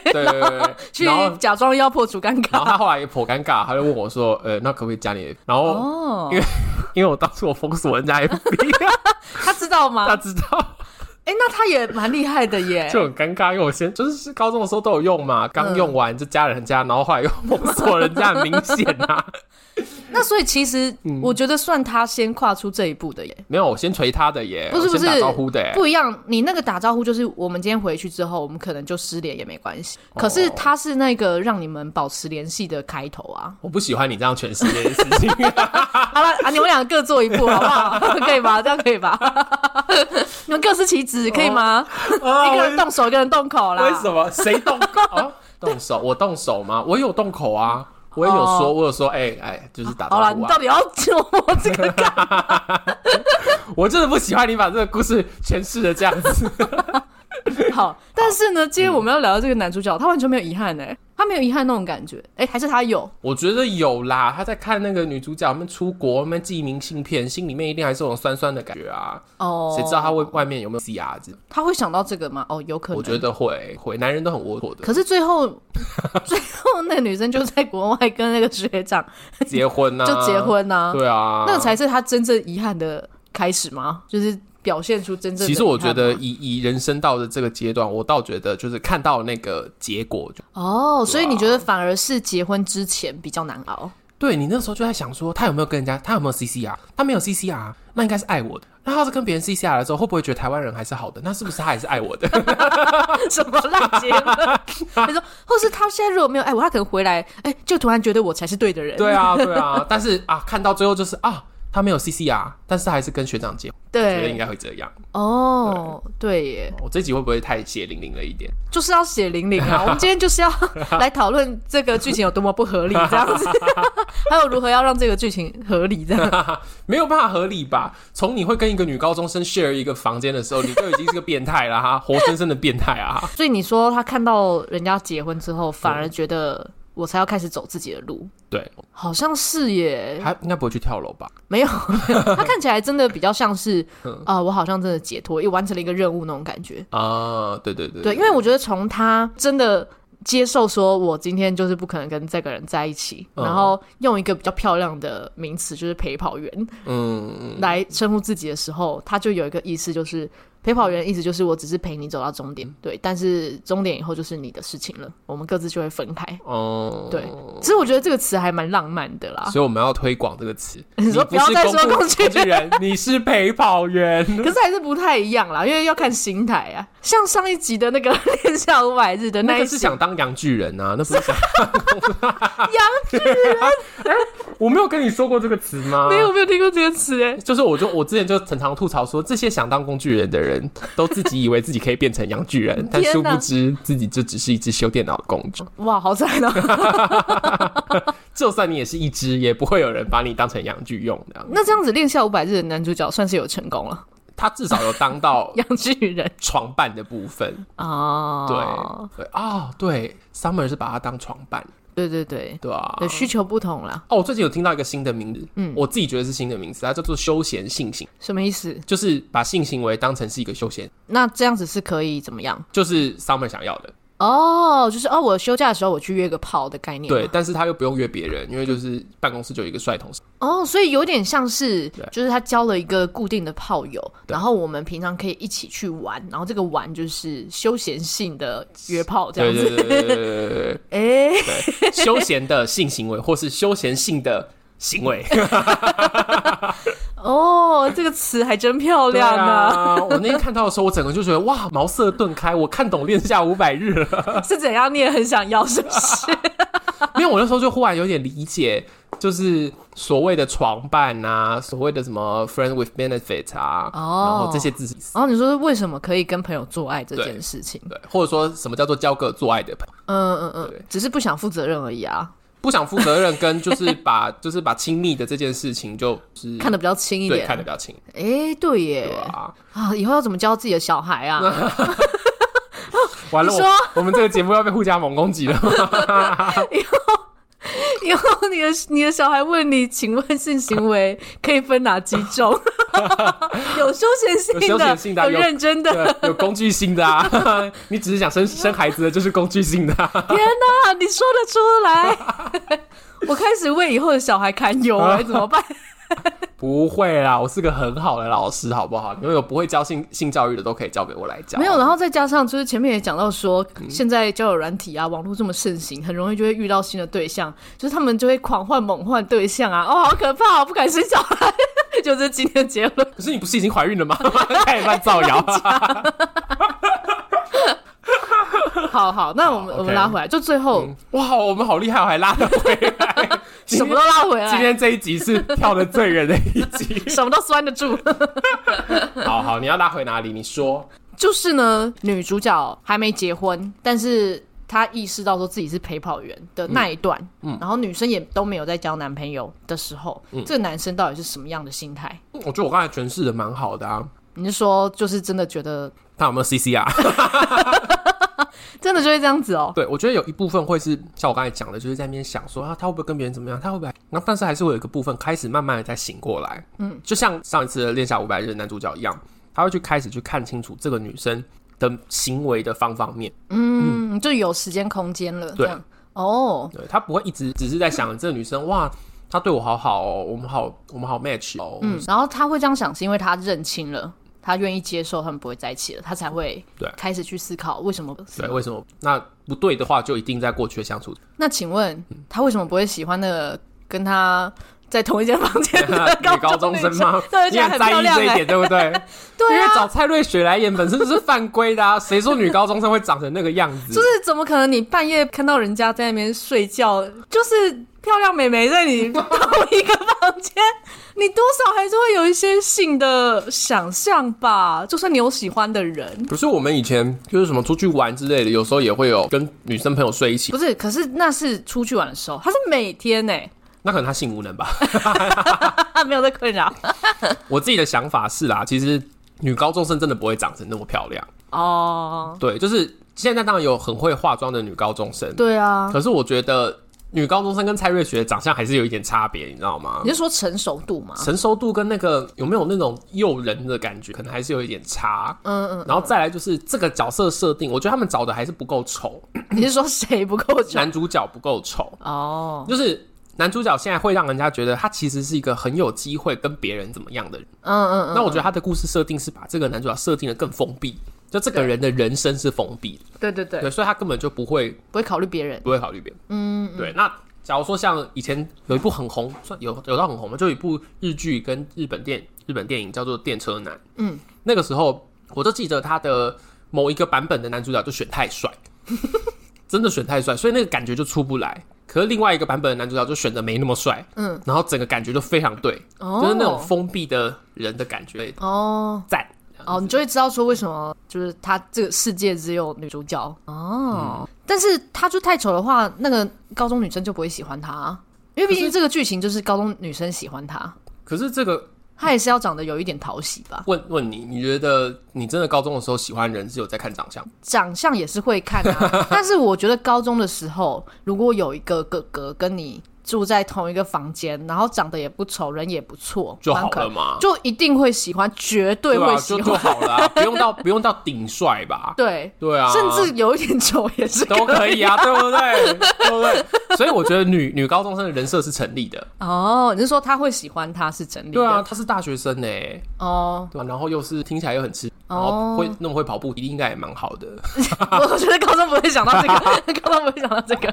[SPEAKER 2] 对对对对
[SPEAKER 1] 去
[SPEAKER 2] 对。然后，
[SPEAKER 1] 假装要破除尴
[SPEAKER 2] 然后
[SPEAKER 1] 尬。
[SPEAKER 2] 他后来也颇尴尬，他就问我说：“呃，那可不可以加你的？”然后
[SPEAKER 1] 哦
[SPEAKER 2] 因，为因为我当初我封锁人家 FB，
[SPEAKER 1] 他知道吗
[SPEAKER 2] 他？知道
[SPEAKER 1] 哎，那他也蛮厉害的耶。
[SPEAKER 2] 就很尴尬，因为我先就是是高中的时候都有用嘛，刚用完就加人家，然后后来又封锁人家，很明显啊。
[SPEAKER 1] 那所以其实我觉得算他先跨出这一步的耶。
[SPEAKER 2] 没有，我先捶他的耶，
[SPEAKER 1] 不是
[SPEAKER 2] 我先
[SPEAKER 1] 不
[SPEAKER 2] 打
[SPEAKER 1] 是
[SPEAKER 2] 招呼的耶，
[SPEAKER 1] 不一样，你那个打招呼就是我们今天回去之后，我们可能就失联也没关系。可是他是那个让你们保持联系的开头啊。
[SPEAKER 2] 我不喜欢你这样诠释这件事情。
[SPEAKER 1] 好了啊， 你们俩各做一步好不好？ 可以吧？这样可以吧？ 你们各司其职，可以吗？
[SPEAKER 2] 啊
[SPEAKER 1] 一个人动手，一个人动口啦。
[SPEAKER 2] 为什么谁动口、啊？动手？我动手吗？我有动口啊，我也有说，
[SPEAKER 1] 哦
[SPEAKER 2] 我有说，哎、哎，就是打招
[SPEAKER 1] 好
[SPEAKER 2] 呼、啊。
[SPEAKER 1] 了，你到底要救我这个干？
[SPEAKER 2] 我真的不喜欢你把这个故事诠释的这样子。
[SPEAKER 1] 好，但是呢，今天我们要聊的这个男主角，他完全没有遗憾哎、他没有遗憾那种感觉哎、还是他有
[SPEAKER 2] 我觉得有啦，他在看那个女主角他们出国，他们寄明信片，心里面一定还是有种酸酸的感觉啊。
[SPEAKER 1] 哦？
[SPEAKER 2] 谁知道他外外面有没有 CR 子？
[SPEAKER 1] 他会想到这个吗？哦，有可能。
[SPEAKER 2] 我觉得会会，男人都很龌龊的，
[SPEAKER 1] 可是最后， 最后那女生就在国外跟那个学长
[SPEAKER 2] 结婚呐、啊，
[SPEAKER 1] 就结，婚呐、
[SPEAKER 2] 对啊，
[SPEAKER 1] 那个才是他真正遗憾的开始吗？就是表现出真正的遗憾吗。
[SPEAKER 2] 其实我觉得以以人生到的这个阶段，我倒觉得就是看到那个结果，就
[SPEAKER 1] 哦，所以
[SPEAKER 2] 啊
[SPEAKER 1] 你觉得反而是结婚之前比较难熬？
[SPEAKER 2] 对你那时候就在想说，他有没有跟人家，他有没有 CCR？他没有 CCR，那应该是爱我的。那他是跟别人 CCR 的时候，会不会觉得台湾人还是好的？那是不是他还是爱我的？
[SPEAKER 1] 什么烂结婚？ 你说，或是他现在如果没有爱我，他可能回来，哎、就突然觉得我才是对的人。
[SPEAKER 2] 对啊，对啊，但是啊，看到最后就是啊，他没有 CCR，但是他还是跟学长结婚，我觉得应
[SPEAKER 1] 对，
[SPEAKER 2] 该会这样。
[SPEAKER 1] 哦，对耶，
[SPEAKER 2] 我、这集会不会太血淋淋了一点？
[SPEAKER 1] 就是要血淋淋啊！我们今天就是要来讨论这个剧情有多么不合理，这样子，还有如何要让这个剧情合理这样。
[SPEAKER 2] 没有办法合理吧？从你会跟一个女高中生 share 一个房间的时候，你就已经是个变态了哈， 活生生的变态啊！
[SPEAKER 1] 所以你说他看到人家结婚之后，反而觉得我才要开始走自己的路，
[SPEAKER 2] 对，
[SPEAKER 1] 好像是耶，
[SPEAKER 2] 他应该不会去跳楼吧？
[SPEAKER 1] 没有，没有他看起来真的比较像是啊、我好像真的解脱，也完成了一个任务那种感觉。
[SPEAKER 2] 啊，对对对
[SPEAKER 1] 对，因为我觉得从他真的。接受说，我今天就是不可能跟这个人在一起，
[SPEAKER 2] 嗯
[SPEAKER 1] 然后用一个比较漂亮的名词，就是陪跑员
[SPEAKER 2] 嗯，
[SPEAKER 1] 来称呼自己的时候，他就有一个意思，就是陪跑员意思就是我只是陪你走到终
[SPEAKER 2] 嗯
[SPEAKER 1] 点，对，但是终点以后就是你的事情了，我们各自就会分开。
[SPEAKER 2] 哦、
[SPEAKER 1] 对，其实我觉得这个词还蛮浪漫的啦。
[SPEAKER 2] 所以我们要推广这个词。
[SPEAKER 1] 你说
[SPEAKER 2] 不
[SPEAKER 1] 不要
[SPEAKER 2] 是
[SPEAKER 1] 再说
[SPEAKER 2] 公布
[SPEAKER 1] 工具人
[SPEAKER 2] 人，你是陪跑员。
[SPEAKER 1] 可是还是不太一样啦，因为要看心态啊。像上一集的那个 《恋下五百日》的那
[SPEAKER 2] 那
[SPEAKER 1] 一
[SPEAKER 2] 个是
[SPEAKER 1] 集，
[SPEAKER 2] 想当洋巨人啊，那不是 想巨 人。我没有跟你说过这个词吗？
[SPEAKER 1] 哎没有没有听过这个词 哎、
[SPEAKER 2] 就是我就我之前就常常吐槽说，这些想当工具人的人都自己以为自己可以变成洋巨人，但殊不知自己就只是一只修电脑的工具。
[SPEAKER 1] 哇，好惨
[SPEAKER 2] 哦
[SPEAKER 1] 啊！
[SPEAKER 2] 就算你也是一只，也不会有人把你当成洋具用的。
[SPEAKER 1] 那这样子《恋下五百日》的男主角算是有成功了，
[SPEAKER 2] 他至少有当到
[SPEAKER 1] 养巨人
[SPEAKER 2] 床伴的部分。
[SPEAKER 1] 哦，
[SPEAKER 2] 对对哦，对，Summer 是把它当床伴，
[SPEAKER 1] 对对对
[SPEAKER 2] 对啊。
[SPEAKER 1] 对，需求不同啦，
[SPEAKER 2] 哦，我最近有听到一个新的名字，嗯，我自己觉得是新的名字，它叫做休闲性行，
[SPEAKER 1] 什么意思？
[SPEAKER 2] 就是把性行为当成是一个休闲，
[SPEAKER 1] 那这样子是可以怎么样？
[SPEAKER 2] 就是 Summer 想要的，
[SPEAKER 1] 哦，就是哦，我休假的时候我去约个炮的概念吗。
[SPEAKER 2] 对，但是他又不用约别人，因为就是办公室就有一个帅同事，
[SPEAKER 1] 哦，所以有点像是
[SPEAKER 2] 对，
[SPEAKER 1] 就是他交了一个固定的炮友，
[SPEAKER 2] 对
[SPEAKER 1] 然后我们平常可以一起去玩，然后这个玩就是休闲性的约炮这
[SPEAKER 2] 对
[SPEAKER 1] 样
[SPEAKER 2] 对
[SPEAKER 1] 子。
[SPEAKER 2] 对对对对对
[SPEAKER 1] 哎、
[SPEAKER 2] 对，休闲的性行为或是休闲性的行为，
[SPEAKER 1] 哦，这个词还真漂
[SPEAKER 2] 对
[SPEAKER 1] 亮啊！
[SPEAKER 2] 啊！我那天看到的时候，我整个就觉得哇，茅塞顿开，我看懂《恋下五百日》了，
[SPEAKER 1] 啊是怎样？你也很想要是不是？
[SPEAKER 2] 因为我那时候就忽然有点理解，就是所谓的床伴啊，所谓的什么 friend with benefit 啊，
[SPEAKER 1] 哦
[SPEAKER 2] 然后这些字是
[SPEAKER 1] 然后你说为什么可以跟朋友做爱这件事情？
[SPEAKER 2] 对，或者说什么叫做交个做爱的朋友，
[SPEAKER 1] 嗯嗯嗯
[SPEAKER 2] 对，
[SPEAKER 1] 只是不想负责任而已啊，
[SPEAKER 2] 不想负责任，跟就是把就是把亲密的这件事情就是
[SPEAKER 1] 看得比较轻一
[SPEAKER 2] 对
[SPEAKER 1] 点。
[SPEAKER 2] 看得比较清，
[SPEAKER 1] 哎、对耶
[SPEAKER 2] 对吧？
[SPEAKER 1] 啊，以后要怎么教自己的小 孩啊？
[SPEAKER 2] 完了，
[SPEAKER 1] 你说
[SPEAKER 2] 我我们这个节目要被互加盟攻击了。
[SPEAKER 1] 以后你的你的小孩问你，请问性 行为可以分哪几种？ 有休闲性的，
[SPEAKER 2] 有休闲性的
[SPEAKER 1] 有
[SPEAKER 2] 有
[SPEAKER 1] 认真的。
[SPEAKER 2] 对，有工具性的啊，你只是想生生孩子的，就是工具性的、啊。
[SPEAKER 1] 天哪，你说得出来？ 我开始为以后的小孩堪忧
[SPEAKER 2] 啊
[SPEAKER 1] 哎、怎 么办？
[SPEAKER 2] 不会啦，我是个很好的老师，好不好？你们有不会教性性教育的，都可以交给我来教。
[SPEAKER 1] 没有，，然后再加上就是前面也讲到说，
[SPEAKER 2] 嗯
[SPEAKER 1] 现在交友软体啊，网络这么盛行，很容易就会遇到新的对象，就是他们就会狂换猛换对象啊，哦，好可怕、哦，不敢生小孩， 就是今天的结论。
[SPEAKER 2] 可是你不是已经怀孕了吗？ 开始乱造谣。
[SPEAKER 1] 好好，那我们
[SPEAKER 2] 好
[SPEAKER 1] 我们
[SPEAKER 2] OK 嗯
[SPEAKER 1] 拉回来，就最后、
[SPEAKER 2] 哇，我们好厉害哦，还拉得回 来。今
[SPEAKER 1] 什
[SPEAKER 2] 天
[SPEAKER 1] 么都拉回来，
[SPEAKER 2] 今天这一集是跳的最远的一集。
[SPEAKER 1] 什么都拴得住。
[SPEAKER 2] 好好，你要拉回哪里？你说。
[SPEAKER 1] 就是呢，女主角还没结婚，但是她意识到说自己是陪跑员的那一段，
[SPEAKER 2] 嗯
[SPEAKER 1] 然后女生也都没有在交男朋友的时候，这个男生到底是什么样的心态？
[SPEAKER 2] 嗯我觉得我刚才诠释的蛮好的啊。
[SPEAKER 1] 你是说就是真的觉得
[SPEAKER 2] 他有没有 CC 啊？
[SPEAKER 1] 真的就会这样子哦？
[SPEAKER 2] 对，我觉得有一部分会是像我刚才讲的，就是在那边想说啊，他会不会跟别人怎么样？他会不会？然后但是还是会有一个部分开始慢慢的在醒过来。嗯，就像上一次的《恋下五百日》的男主角一样，他会去开始去看清楚这个女生的行为的方方面。
[SPEAKER 1] 嗯，就有时间空间了，这
[SPEAKER 2] 对
[SPEAKER 1] 样哦。
[SPEAKER 2] 对他不会一直只是在想这个女生哇，她对我好好哦，我们好我们好 match 哦。
[SPEAKER 1] 嗯，然后他会这样想，是因为他认清了，他愿意接受他们不会在一起了，他才会
[SPEAKER 2] 对
[SPEAKER 1] 开始去思考为什么。
[SPEAKER 2] 对，为什么？那不对的话，就一定在过去的相 处。
[SPEAKER 1] 那请问他为什么不会喜欢那个跟他在同一间房间的
[SPEAKER 2] 女高中
[SPEAKER 1] 女
[SPEAKER 2] 生吗？
[SPEAKER 1] 对，而
[SPEAKER 2] 你
[SPEAKER 1] 且
[SPEAKER 2] 很
[SPEAKER 1] 很
[SPEAKER 2] 在
[SPEAKER 1] 漂
[SPEAKER 2] 意
[SPEAKER 1] 亮
[SPEAKER 2] 这一
[SPEAKER 1] 哎、
[SPEAKER 2] 点，对不对？
[SPEAKER 1] 对
[SPEAKER 2] 因为
[SPEAKER 1] 啊，
[SPEAKER 2] 找蔡瑞雪来演本身就是犯规的啊！谁说女高中生会长成那个样子？
[SPEAKER 1] 就是怎么可能你半夜看到人家在那边睡觉，就是漂亮美眉在你 同一个房间，你多少还是会有一些性的想象吧？就算你有喜欢的人，
[SPEAKER 2] 可是我们以前就是什么出去玩之类的，有时候也会有跟女生朋友睡一起
[SPEAKER 1] 不，是？可是那是出去玩的时候，他是每天呢、
[SPEAKER 2] 那可能她性无能吧。
[SPEAKER 1] 啊， 没有在困扰
[SPEAKER 2] 我自己的想法是啦，其实女高中生真的不会长成那么漂亮。
[SPEAKER 1] 哦。
[SPEAKER 2] 对，就是现在当然有很会化妆的女高中生，
[SPEAKER 1] 对啊，
[SPEAKER 2] 可是我觉得女高中生跟蔡瑞雪的长相还是有一点差别，你知道吗
[SPEAKER 1] 你？是说成熟度吗？
[SPEAKER 2] 成熟度跟那个有没有那种诱人的感觉，可能还是有一点差。
[SPEAKER 1] 嗯嗯，
[SPEAKER 2] 然后再来就是这个角色设定，我觉得他们找的还是不够丑，
[SPEAKER 1] 你是说啊谁不够久？
[SPEAKER 2] 男主角不够丑，
[SPEAKER 1] 哦，
[SPEAKER 2] 就是男主角现在会让人家觉得他其实是一个很有机会跟别人怎么样的人。
[SPEAKER 1] 嗯嗯嗯，
[SPEAKER 2] 那我觉得他的故事设定是把这个男主角设定的更封闭，就这个人的人生是封闭的，
[SPEAKER 1] 对对对，
[SPEAKER 2] 对，所以他根本就不会
[SPEAKER 1] 不会考虑别人。
[SPEAKER 2] 不会考虑别人。嗯，对。那假如说像以前有一部很红，算有有到很红嘛，就有一部日剧跟日本电日本电影叫做《电车男》。嗯，那个时候我就记得他的某一个版本的男主角就选太 帅，真的选太帅，所以那个感觉就出不来。可是另外一个版本的男主角就选的没那么帅，嗯，然后整个感觉就非常对，
[SPEAKER 1] 哦
[SPEAKER 2] 就是那种封闭的人的感觉，
[SPEAKER 1] 哦
[SPEAKER 2] 赞。
[SPEAKER 1] 哦，你就会知道说为什么就是他这个世界只有女主角
[SPEAKER 2] 嗯
[SPEAKER 1] 哦。但是他就太丑的话，那个高中女生就不会喜欢他啊，因为毕
[SPEAKER 2] 可
[SPEAKER 1] 竟
[SPEAKER 2] 是
[SPEAKER 1] 这个剧情就是高中女生喜欢他。
[SPEAKER 2] 可是这个
[SPEAKER 1] 他也是要长得有一点讨喜吧。
[SPEAKER 2] 问问你，你觉得你真的高中的时候喜欢人是有在看长相？
[SPEAKER 1] 长相也是会看 啊，但是我觉得高中的时候，如果有一个哥哥跟你住在同一个房间，然后长得也不丑，人也不错，
[SPEAKER 2] 就
[SPEAKER 1] 蛮
[SPEAKER 2] 好
[SPEAKER 1] 可
[SPEAKER 2] 了嘛
[SPEAKER 1] 就一定会喜欢，绝对
[SPEAKER 2] 对
[SPEAKER 1] 会
[SPEAKER 2] 啊，
[SPEAKER 1] 喜
[SPEAKER 2] 就就
[SPEAKER 1] 欢，
[SPEAKER 2] 好了、啊，不用到不用到顶帅吧？
[SPEAKER 1] 对，
[SPEAKER 2] 对啊，
[SPEAKER 1] 甚至有一点丑也是
[SPEAKER 2] 都可以 啊，对不对？对不对？所以我觉得女女高中生的人设是成立的。
[SPEAKER 1] 哦，你是说他会喜欢他是真理的？
[SPEAKER 2] 对啊，她是大学生呢、
[SPEAKER 1] 哦，
[SPEAKER 2] 对吧、啊然后又是听起来又很吃，然
[SPEAKER 1] 哦
[SPEAKER 2] 后会那么会跑步，一定应该也蛮好的。
[SPEAKER 1] 我觉得高中不会想到这个， 高中不会想到这个。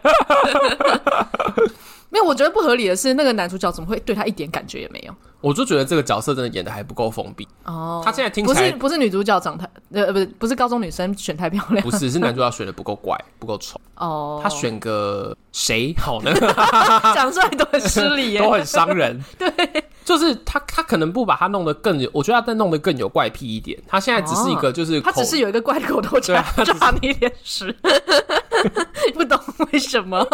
[SPEAKER 1] 没有，我觉得不合理的是，那个男主角怎么会对他一点感觉也没有？
[SPEAKER 2] 我就觉得这个角色真的演的还不够封闭。
[SPEAKER 1] 哦，
[SPEAKER 2] 他现在听
[SPEAKER 1] 不
[SPEAKER 2] 起来
[SPEAKER 1] 是不是女主角长太呃不是不是高中女生选太漂亮
[SPEAKER 2] 不是，是男主角选的不够怪，不够丑。
[SPEAKER 1] 哦，
[SPEAKER 2] 他选个谁好呢？
[SPEAKER 1] 讲出来都很失礼 耶
[SPEAKER 2] 都。很伤 人。对，就是他，他可能不把他弄得更有，我觉得他在弄得更有怪癖一点。他现在只是一个就是
[SPEAKER 1] 哦他
[SPEAKER 2] 口，
[SPEAKER 1] 只是有一个怪口头
[SPEAKER 2] 对
[SPEAKER 1] 禅
[SPEAKER 2] 啊他，只
[SPEAKER 1] 抓 你脸屎，不懂为什么。？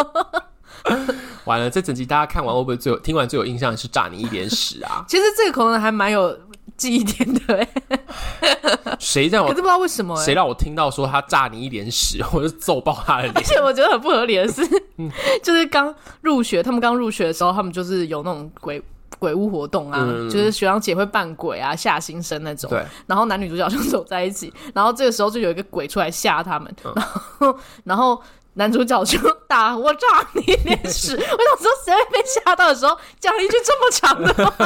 [SPEAKER 2] 完了这整集大家看完会不会最有听完最有印象的是炸你一脸屎啊
[SPEAKER 1] 其实这个口头禅还蛮有记忆点的耶，
[SPEAKER 2] 谁让
[SPEAKER 1] 可是
[SPEAKER 2] 我
[SPEAKER 1] 不知道为什么耶。欸
[SPEAKER 2] 谁让我听到说他炸你一脸屎，我就揍爆他的
[SPEAKER 1] 而
[SPEAKER 2] 脸。
[SPEAKER 1] 且我觉得很不合理的是，
[SPEAKER 2] 嗯
[SPEAKER 1] 就是刚入学，他们刚入学的时候，他们就是有那种鬼鬼屋活动啊，
[SPEAKER 2] 嗯
[SPEAKER 1] 就是学长姐会扮鬼啊，吓新生那种。
[SPEAKER 2] 对，
[SPEAKER 1] 然后男女主角就 走在一起，然后这个时候就有一个鬼出来吓他们，
[SPEAKER 2] 嗯
[SPEAKER 1] 然后然后男主角就大喊：“我炸你脸屎！”我想说，谁会被吓到的时候讲一句这么长的话，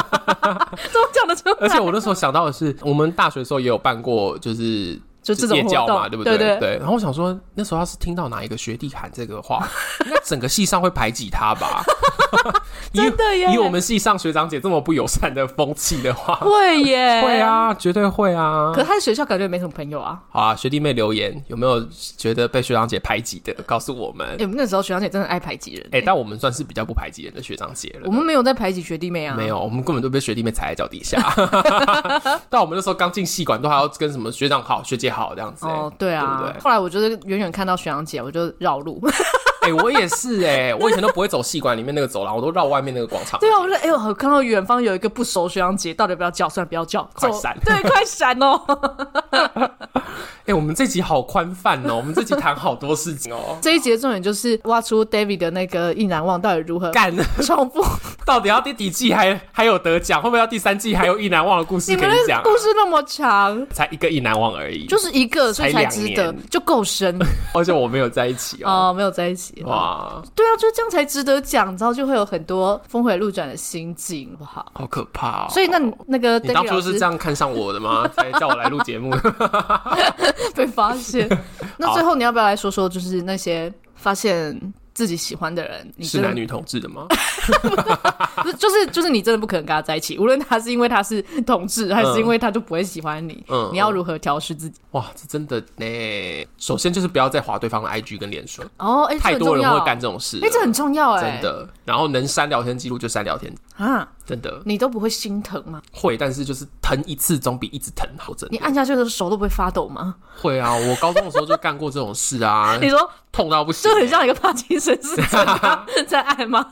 [SPEAKER 1] 怎么讲得出来？
[SPEAKER 2] 而且我那时候想到的是，我们大学的时候也有办过，就是。
[SPEAKER 1] 就这种
[SPEAKER 2] 夜教
[SPEAKER 1] 活
[SPEAKER 2] 嘛，
[SPEAKER 1] 动
[SPEAKER 2] 对不
[SPEAKER 1] 对对
[SPEAKER 2] 对。然后我想说，那时候要是听到哪一个学弟喊这个话，应该整个系上会排挤他 吧？以
[SPEAKER 1] 真的耶
[SPEAKER 2] 以我们系上学长姐这么不友善的风气的话，
[SPEAKER 1] 会耶，
[SPEAKER 2] 会。啊，绝对会啊
[SPEAKER 1] 可。他在学校感觉也没什么朋友啊。
[SPEAKER 2] 好啊，学弟妹留言有没有觉得被学长姐排挤的？告诉我们。
[SPEAKER 1] 哎、那时候学长姐真的爱排挤人、
[SPEAKER 2] 哎、但我们算是比较不排挤人的学长姐
[SPEAKER 1] 我
[SPEAKER 2] 了。
[SPEAKER 1] 们没有在排挤学弟妹啊，
[SPEAKER 2] 没。有，我们根本都被学弟妹踩在脚底 下。但我们那时候刚进戏馆，都还要跟什么学长好、学姐好这样子、哎
[SPEAKER 1] 哦，对啊，
[SPEAKER 2] 对不对？
[SPEAKER 1] 后来我就是远远看到学长姐，我就绕路。
[SPEAKER 2] 哎、我也是哎、我以前都不会走戏馆里面那个走廊，我都绕外面那个广场。
[SPEAKER 1] 对啊，我就哎呦，我看到远方有一个不熟学长姐，到底要不要叫？算了，不要叫，
[SPEAKER 2] 快
[SPEAKER 1] 走
[SPEAKER 2] 闪
[SPEAKER 1] 对，快闪哦！。
[SPEAKER 2] 哎、我们这集好宽泛哦，我们这集谈好多事情哦
[SPEAKER 1] 这一集的重点就是挖出 David 的那个意难忘到底 如何
[SPEAKER 2] 干，
[SPEAKER 1] 重复。
[SPEAKER 2] 到底要第几季还还有得奖？会不会要第三季还有意难忘的故
[SPEAKER 1] 你
[SPEAKER 2] 事可
[SPEAKER 1] 们
[SPEAKER 2] 以讲
[SPEAKER 1] 的
[SPEAKER 2] 啊？
[SPEAKER 1] 故事那么长，
[SPEAKER 2] 才一个意难忘而已，
[SPEAKER 1] 就是一个，所以才
[SPEAKER 2] 才
[SPEAKER 1] 值
[SPEAKER 2] 两
[SPEAKER 1] 得，
[SPEAKER 2] 年
[SPEAKER 1] 就够深
[SPEAKER 2] 而且我没有在一起 哦。
[SPEAKER 1] 哦，没有在一起。
[SPEAKER 2] 哇，
[SPEAKER 1] 对啊，就这样才值得讲，然后就会有很多峰回路转的心境，好不好？
[SPEAKER 2] 好可怕哦！
[SPEAKER 1] 所以那你那个
[SPEAKER 2] 你
[SPEAKER 1] David
[SPEAKER 2] 当初
[SPEAKER 1] 老
[SPEAKER 2] 是
[SPEAKER 1] 师
[SPEAKER 2] 这样看上我的吗？才叫我来录节目？
[SPEAKER 1] 被发现。那最后你要不要来说说，就是那些发现自己喜欢的人， 你
[SPEAKER 2] 是
[SPEAKER 1] 真的
[SPEAKER 2] 男女同志的吗？
[SPEAKER 1] 不是 就是就是你真的不可能跟他在一起，无论他是因为他是同志，还是因为他就不会喜欢你，
[SPEAKER 2] 嗯
[SPEAKER 1] 你要如何调试自己？
[SPEAKER 2] 哇，这真的呢。首先就是不要再划对方的 IG 跟脸书，
[SPEAKER 1] 哦，哎、这
[SPEAKER 2] 太
[SPEAKER 1] 很
[SPEAKER 2] 多
[SPEAKER 1] 重
[SPEAKER 2] 人
[SPEAKER 1] 要，
[SPEAKER 2] 会干这种事了。
[SPEAKER 1] 哎、这很重要、哎，
[SPEAKER 2] 真的。然后能删聊天记录就删聊天，
[SPEAKER 1] 啊，
[SPEAKER 2] 真的
[SPEAKER 1] 你都不会心疼吗？
[SPEAKER 2] 会，但是就是疼一次总比一直疼好，真
[SPEAKER 1] 你啊
[SPEAKER 2] 的
[SPEAKER 1] 按下去的手都不会发抖 吗？
[SPEAKER 2] 会啊。我高中的时候就干过这种事啊
[SPEAKER 1] ，你说
[SPEAKER 2] 痛到不行
[SPEAKER 1] 就。很像一个帕金森氏症 啊在爱吗？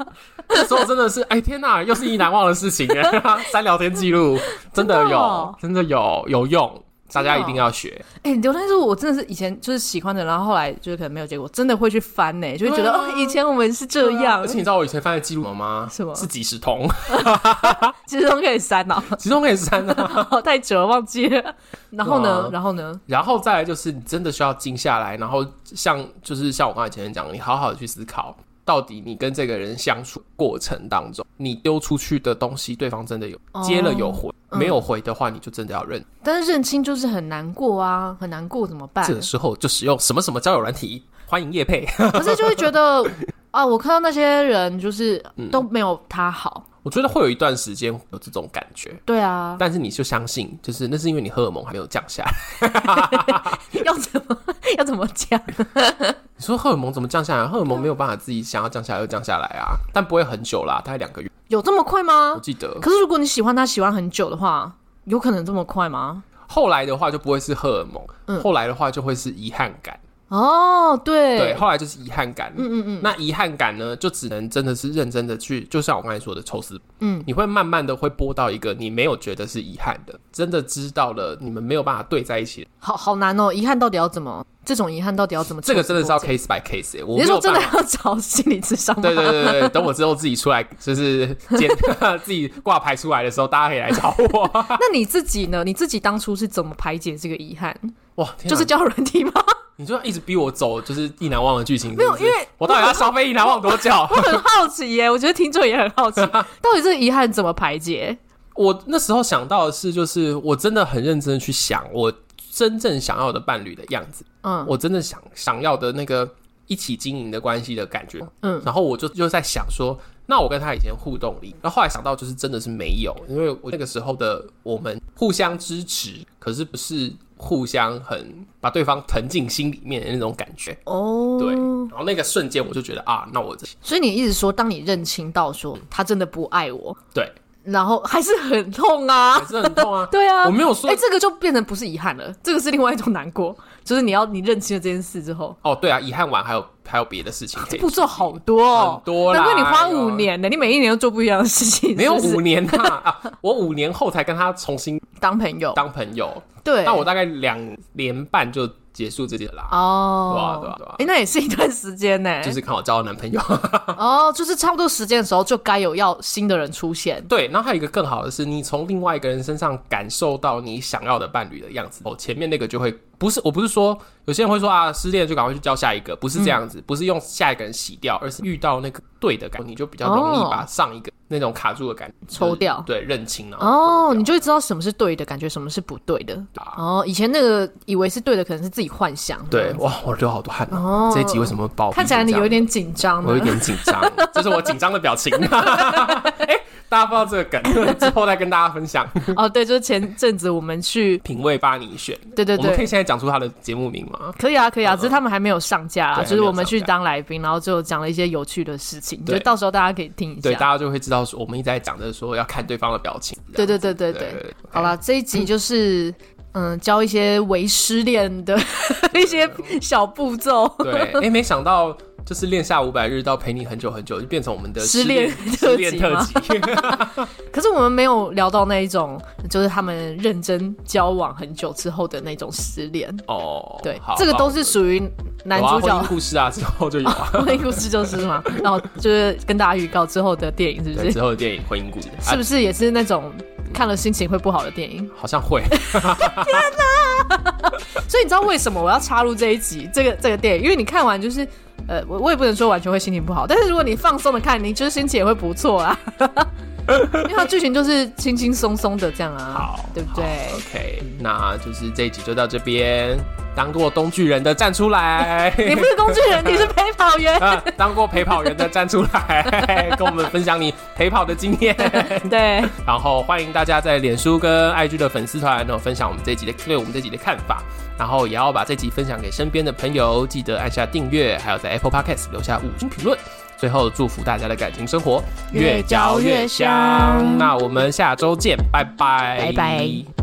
[SPEAKER 2] 那时候真的是，哎天哪，又是一难忘的事 情哎！ 删聊天记录真的
[SPEAKER 1] 真的
[SPEAKER 2] 有
[SPEAKER 1] 哦，
[SPEAKER 2] 真的有有用，大
[SPEAKER 1] 真
[SPEAKER 2] 家
[SPEAKER 1] 的哦
[SPEAKER 2] 一定要学。
[SPEAKER 1] 哎、刘但是我真的是以前就是喜欢的，然后后来就是可能没有结果，真的会去翻呢、就会觉
[SPEAKER 2] 对
[SPEAKER 1] 得、
[SPEAKER 2] 啊
[SPEAKER 1] 哦，以前我们是这样，
[SPEAKER 2] 而且你知道我以前翻的记录什么吗？
[SPEAKER 1] 什么
[SPEAKER 2] 是几十通，
[SPEAKER 1] 其实都可以删哦。
[SPEAKER 2] 其中可以删啊。
[SPEAKER 1] 哦， 太久了，忘记了。然后呢？
[SPEAKER 2] 对啊
[SPEAKER 1] 然后呢？
[SPEAKER 2] 然后再来就是，你真的需要静下来，然后像就是像我刚才前面讲的，你好好的去思考，到底你跟这个人相处过程当中，你丢出去的东西，对方真的有
[SPEAKER 1] 哦
[SPEAKER 2] 接了有回，
[SPEAKER 1] 嗯
[SPEAKER 2] 没有回的话，你就真的要认。
[SPEAKER 1] 但是认清就是很难过啊，很难过怎么办
[SPEAKER 2] 这？ 个时候就使用什么什么交友软体，欢迎叶配。
[SPEAKER 1] 可是就会觉得啊，我看到那些人就是
[SPEAKER 2] 嗯
[SPEAKER 1] 都没有他好。
[SPEAKER 2] 我觉得会有一段时间有这种感觉。
[SPEAKER 1] 对啊，
[SPEAKER 2] 但是你就相信，就是那是因为你荷尔蒙还没有降下来。
[SPEAKER 1] 要怎么 要怎么讲？
[SPEAKER 2] 你说荷尔蒙怎么降下来？荷尔蒙没有办法自己想要降下来就降下来啊，但不会很久啦，大概两个月。
[SPEAKER 1] 有这么快
[SPEAKER 2] 我
[SPEAKER 1] 吗？
[SPEAKER 2] 记得
[SPEAKER 1] 可是如果你喜欢他喜欢很久的话，有可能这么快吗？
[SPEAKER 2] 后来的话就不会是荷尔蒙，后来的话就会是遗憾感。
[SPEAKER 1] 哦，对，
[SPEAKER 2] 对，后来就是遗憾感。
[SPEAKER 1] 嗯嗯嗯
[SPEAKER 2] 那遗憾感呢，就只能真的是认真的去，就像我刚才说的抽丝，
[SPEAKER 1] 嗯，
[SPEAKER 2] 你会慢慢的会播到一个你没有觉得是遗憾的，真的知道了你们没有办法对在一起，
[SPEAKER 1] 好好难哦，遗憾到底要怎么？这种遗憾到底要怎么？
[SPEAKER 2] 这个真的是要。case by case 欸、我
[SPEAKER 1] 你
[SPEAKER 2] 没
[SPEAKER 1] 是
[SPEAKER 2] 有
[SPEAKER 1] 说真
[SPEAKER 2] 办
[SPEAKER 1] 的
[SPEAKER 2] 法。
[SPEAKER 1] 要找心理智商吗？
[SPEAKER 2] 对对对对对，等我之后自己出来，就是检自己挂牌出来的时候，大家可以来找我。
[SPEAKER 1] 那你自己呢？你自己当初是怎么排解这个遗憾？
[SPEAKER 2] 哇，天哪
[SPEAKER 1] 就是交人体吗？
[SPEAKER 2] 你就一直逼我走，就是意难忘的剧情。
[SPEAKER 1] 没有
[SPEAKER 2] 是不是
[SPEAKER 1] 因为
[SPEAKER 2] 我到底要消费意难忘多久？
[SPEAKER 1] 我很好奇耶，我觉得听众也很好 奇，到底这个遗憾怎么排解？
[SPEAKER 2] 我那时候想到的是，就是我真的很认真的去想我真正想要的伴侣的样子，
[SPEAKER 1] 嗯
[SPEAKER 2] 我真的想想要的那个一起经营的关系的感觉。
[SPEAKER 1] 嗯
[SPEAKER 2] 然后我就就在想说，那我跟他以前互动里，然后后来想到就是真的是没有，因为我那个时候的我们互相支持，可是不是互相很把对方疼进心里面的那种感觉。
[SPEAKER 1] 哦，
[SPEAKER 2] 对，然后那个瞬间我就觉得啊，那我这
[SPEAKER 1] 所以你一直说，当你认清到说他真的不爱我，
[SPEAKER 2] 对
[SPEAKER 1] 然后还是很痛啊。
[SPEAKER 2] 还，是很痛啊
[SPEAKER 1] 对啊，
[SPEAKER 2] 我没有说
[SPEAKER 1] 哎、这个就变成不是遗憾了，这个是另外一种难过，就是你要你认清了这件事之后，
[SPEAKER 2] 哦，对啊，遗憾完还有还有别的事情 可以
[SPEAKER 1] 步骤好多、哦，
[SPEAKER 2] 很多啦
[SPEAKER 1] 难怪你花
[SPEAKER 2] 哎呦
[SPEAKER 1] 五年呢、你每一年都做不一样的事情，
[SPEAKER 2] 没有
[SPEAKER 1] 是不是
[SPEAKER 2] 五年呐、啊 我五年后才跟他重新
[SPEAKER 1] 当朋友，
[SPEAKER 2] 当朋友，
[SPEAKER 1] 对，
[SPEAKER 2] 那我大概两年半就结束这件啦。
[SPEAKER 1] 哦，
[SPEAKER 2] 对啊对啊对啊
[SPEAKER 1] 哎、那也是一段时间呢、
[SPEAKER 2] 就是看我交到男朋友，
[SPEAKER 1] 哦，就是差不多时间的时候就该有要新的人出现，
[SPEAKER 2] 对。然后还有一个更好的是，你从另外一个人身上感受到你想要的伴侣的样子。哦，前面那个就会不是，我不是说有些人会说啊，失恋就赶快去交下一个，不是这样
[SPEAKER 1] 嗯
[SPEAKER 2] 子，不是用下一个人洗掉，而是遇到那个对的感觉，你就比较容易
[SPEAKER 1] 哦
[SPEAKER 2] 把上一个那种卡住的感觉
[SPEAKER 1] 抽掉
[SPEAKER 2] 对，认清啊了。
[SPEAKER 1] 哦，你就会知道什么是对的感觉，什么是不对的。
[SPEAKER 2] 啊
[SPEAKER 1] 哦，以前那个以为是对的，可能是自己幻想。
[SPEAKER 2] 对，，哇，我流好多汗、
[SPEAKER 1] 哦
[SPEAKER 2] 哦。这一集为什么爆？
[SPEAKER 1] 看起来你有一。点紧张
[SPEAKER 2] 我有
[SPEAKER 1] 呢。
[SPEAKER 2] 点紧张，这是我紧张的表情。 哎、大家不知道这个梗，之后再跟大家分享。
[SPEAKER 1] 哦，对，就是前阵 子我们去，
[SPEAKER 2] 品味吧，你选。
[SPEAKER 1] 对对
[SPEAKER 2] 我们可以
[SPEAKER 1] 对，
[SPEAKER 2] 现在讲出他的节目名吗？
[SPEAKER 1] 可以啊，可以啊，只是他们还没有上架啦，
[SPEAKER 2] 对
[SPEAKER 1] 就是我们去
[SPEAKER 2] 还没有上架
[SPEAKER 1] 当来宾，然后就讲了一些有趣的事情，就
[SPEAKER 2] 对
[SPEAKER 1] 到时候大家可以听一
[SPEAKER 2] 对，
[SPEAKER 1] 下。
[SPEAKER 2] 大家就会知道说我们一直在讲的说要看对方的表情。
[SPEAKER 1] 对对对对
[SPEAKER 2] 对
[SPEAKER 1] 对，
[SPEAKER 2] 对，
[SPEAKER 1] 好啦，这一集就是嗯，教一些为失恋的 一些小步骤。
[SPEAKER 2] 对。哎、没想到就是恋下五百日到陪你很久很久，就变成我们的
[SPEAKER 1] 失
[SPEAKER 2] 恋
[SPEAKER 1] 恋
[SPEAKER 2] 失恋
[SPEAKER 1] 特
[SPEAKER 2] 特辑。
[SPEAKER 1] 辑可是我们没有聊到那一种，就是他们认真交往很久之后的那种失恋。
[SPEAKER 2] 哦，
[SPEAKER 1] 对
[SPEAKER 2] 好，
[SPEAKER 1] 这个都是属于男主
[SPEAKER 2] 有啊婚姻
[SPEAKER 1] 角。
[SPEAKER 2] 故事啊，之后就有啊。
[SPEAKER 1] 婚姻故事就是嘛，然后就是跟大家预告之后的电影 是不
[SPEAKER 2] 对，
[SPEAKER 1] 是？
[SPEAKER 2] 之后的电影婚姻故事啊
[SPEAKER 1] 是不是也是那种看了心情会不好的电影？
[SPEAKER 2] 好像会，
[SPEAKER 1] 所以你知道为什么我要插入这一集这个这个电影？因为你看完就是，呃，我我也不能说完全会心情不好，但是如果你放松的看，你就是心情也会不错啦。 因为它剧情就是轻轻松松的这样啊
[SPEAKER 2] 好，，
[SPEAKER 1] 对不对？
[SPEAKER 2] 好？OK，那就是这一集就到这边。当过工具人的站出来，
[SPEAKER 1] 你不是工具人，你是陪跑员。
[SPEAKER 2] 啊，当过陪跑员的站出来，跟我们分享你陪跑的经验。
[SPEAKER 1] 对，
[SPEAKER 2] 然后欢迎大家在脸书跟 IG 的粉丝团，然后分享我们这一集的对我们这集的看法，然后也要把这集分享给身边的朋友，记得按下订阅，还有在 Apple Podcast 留下五星评论。最后祝福大家的感情生活
[SPEAKER 1] 越嚼越香
[SPEAKER 2] 那我们下周见，拜拜，
[SPEAKER 1] 拜拜。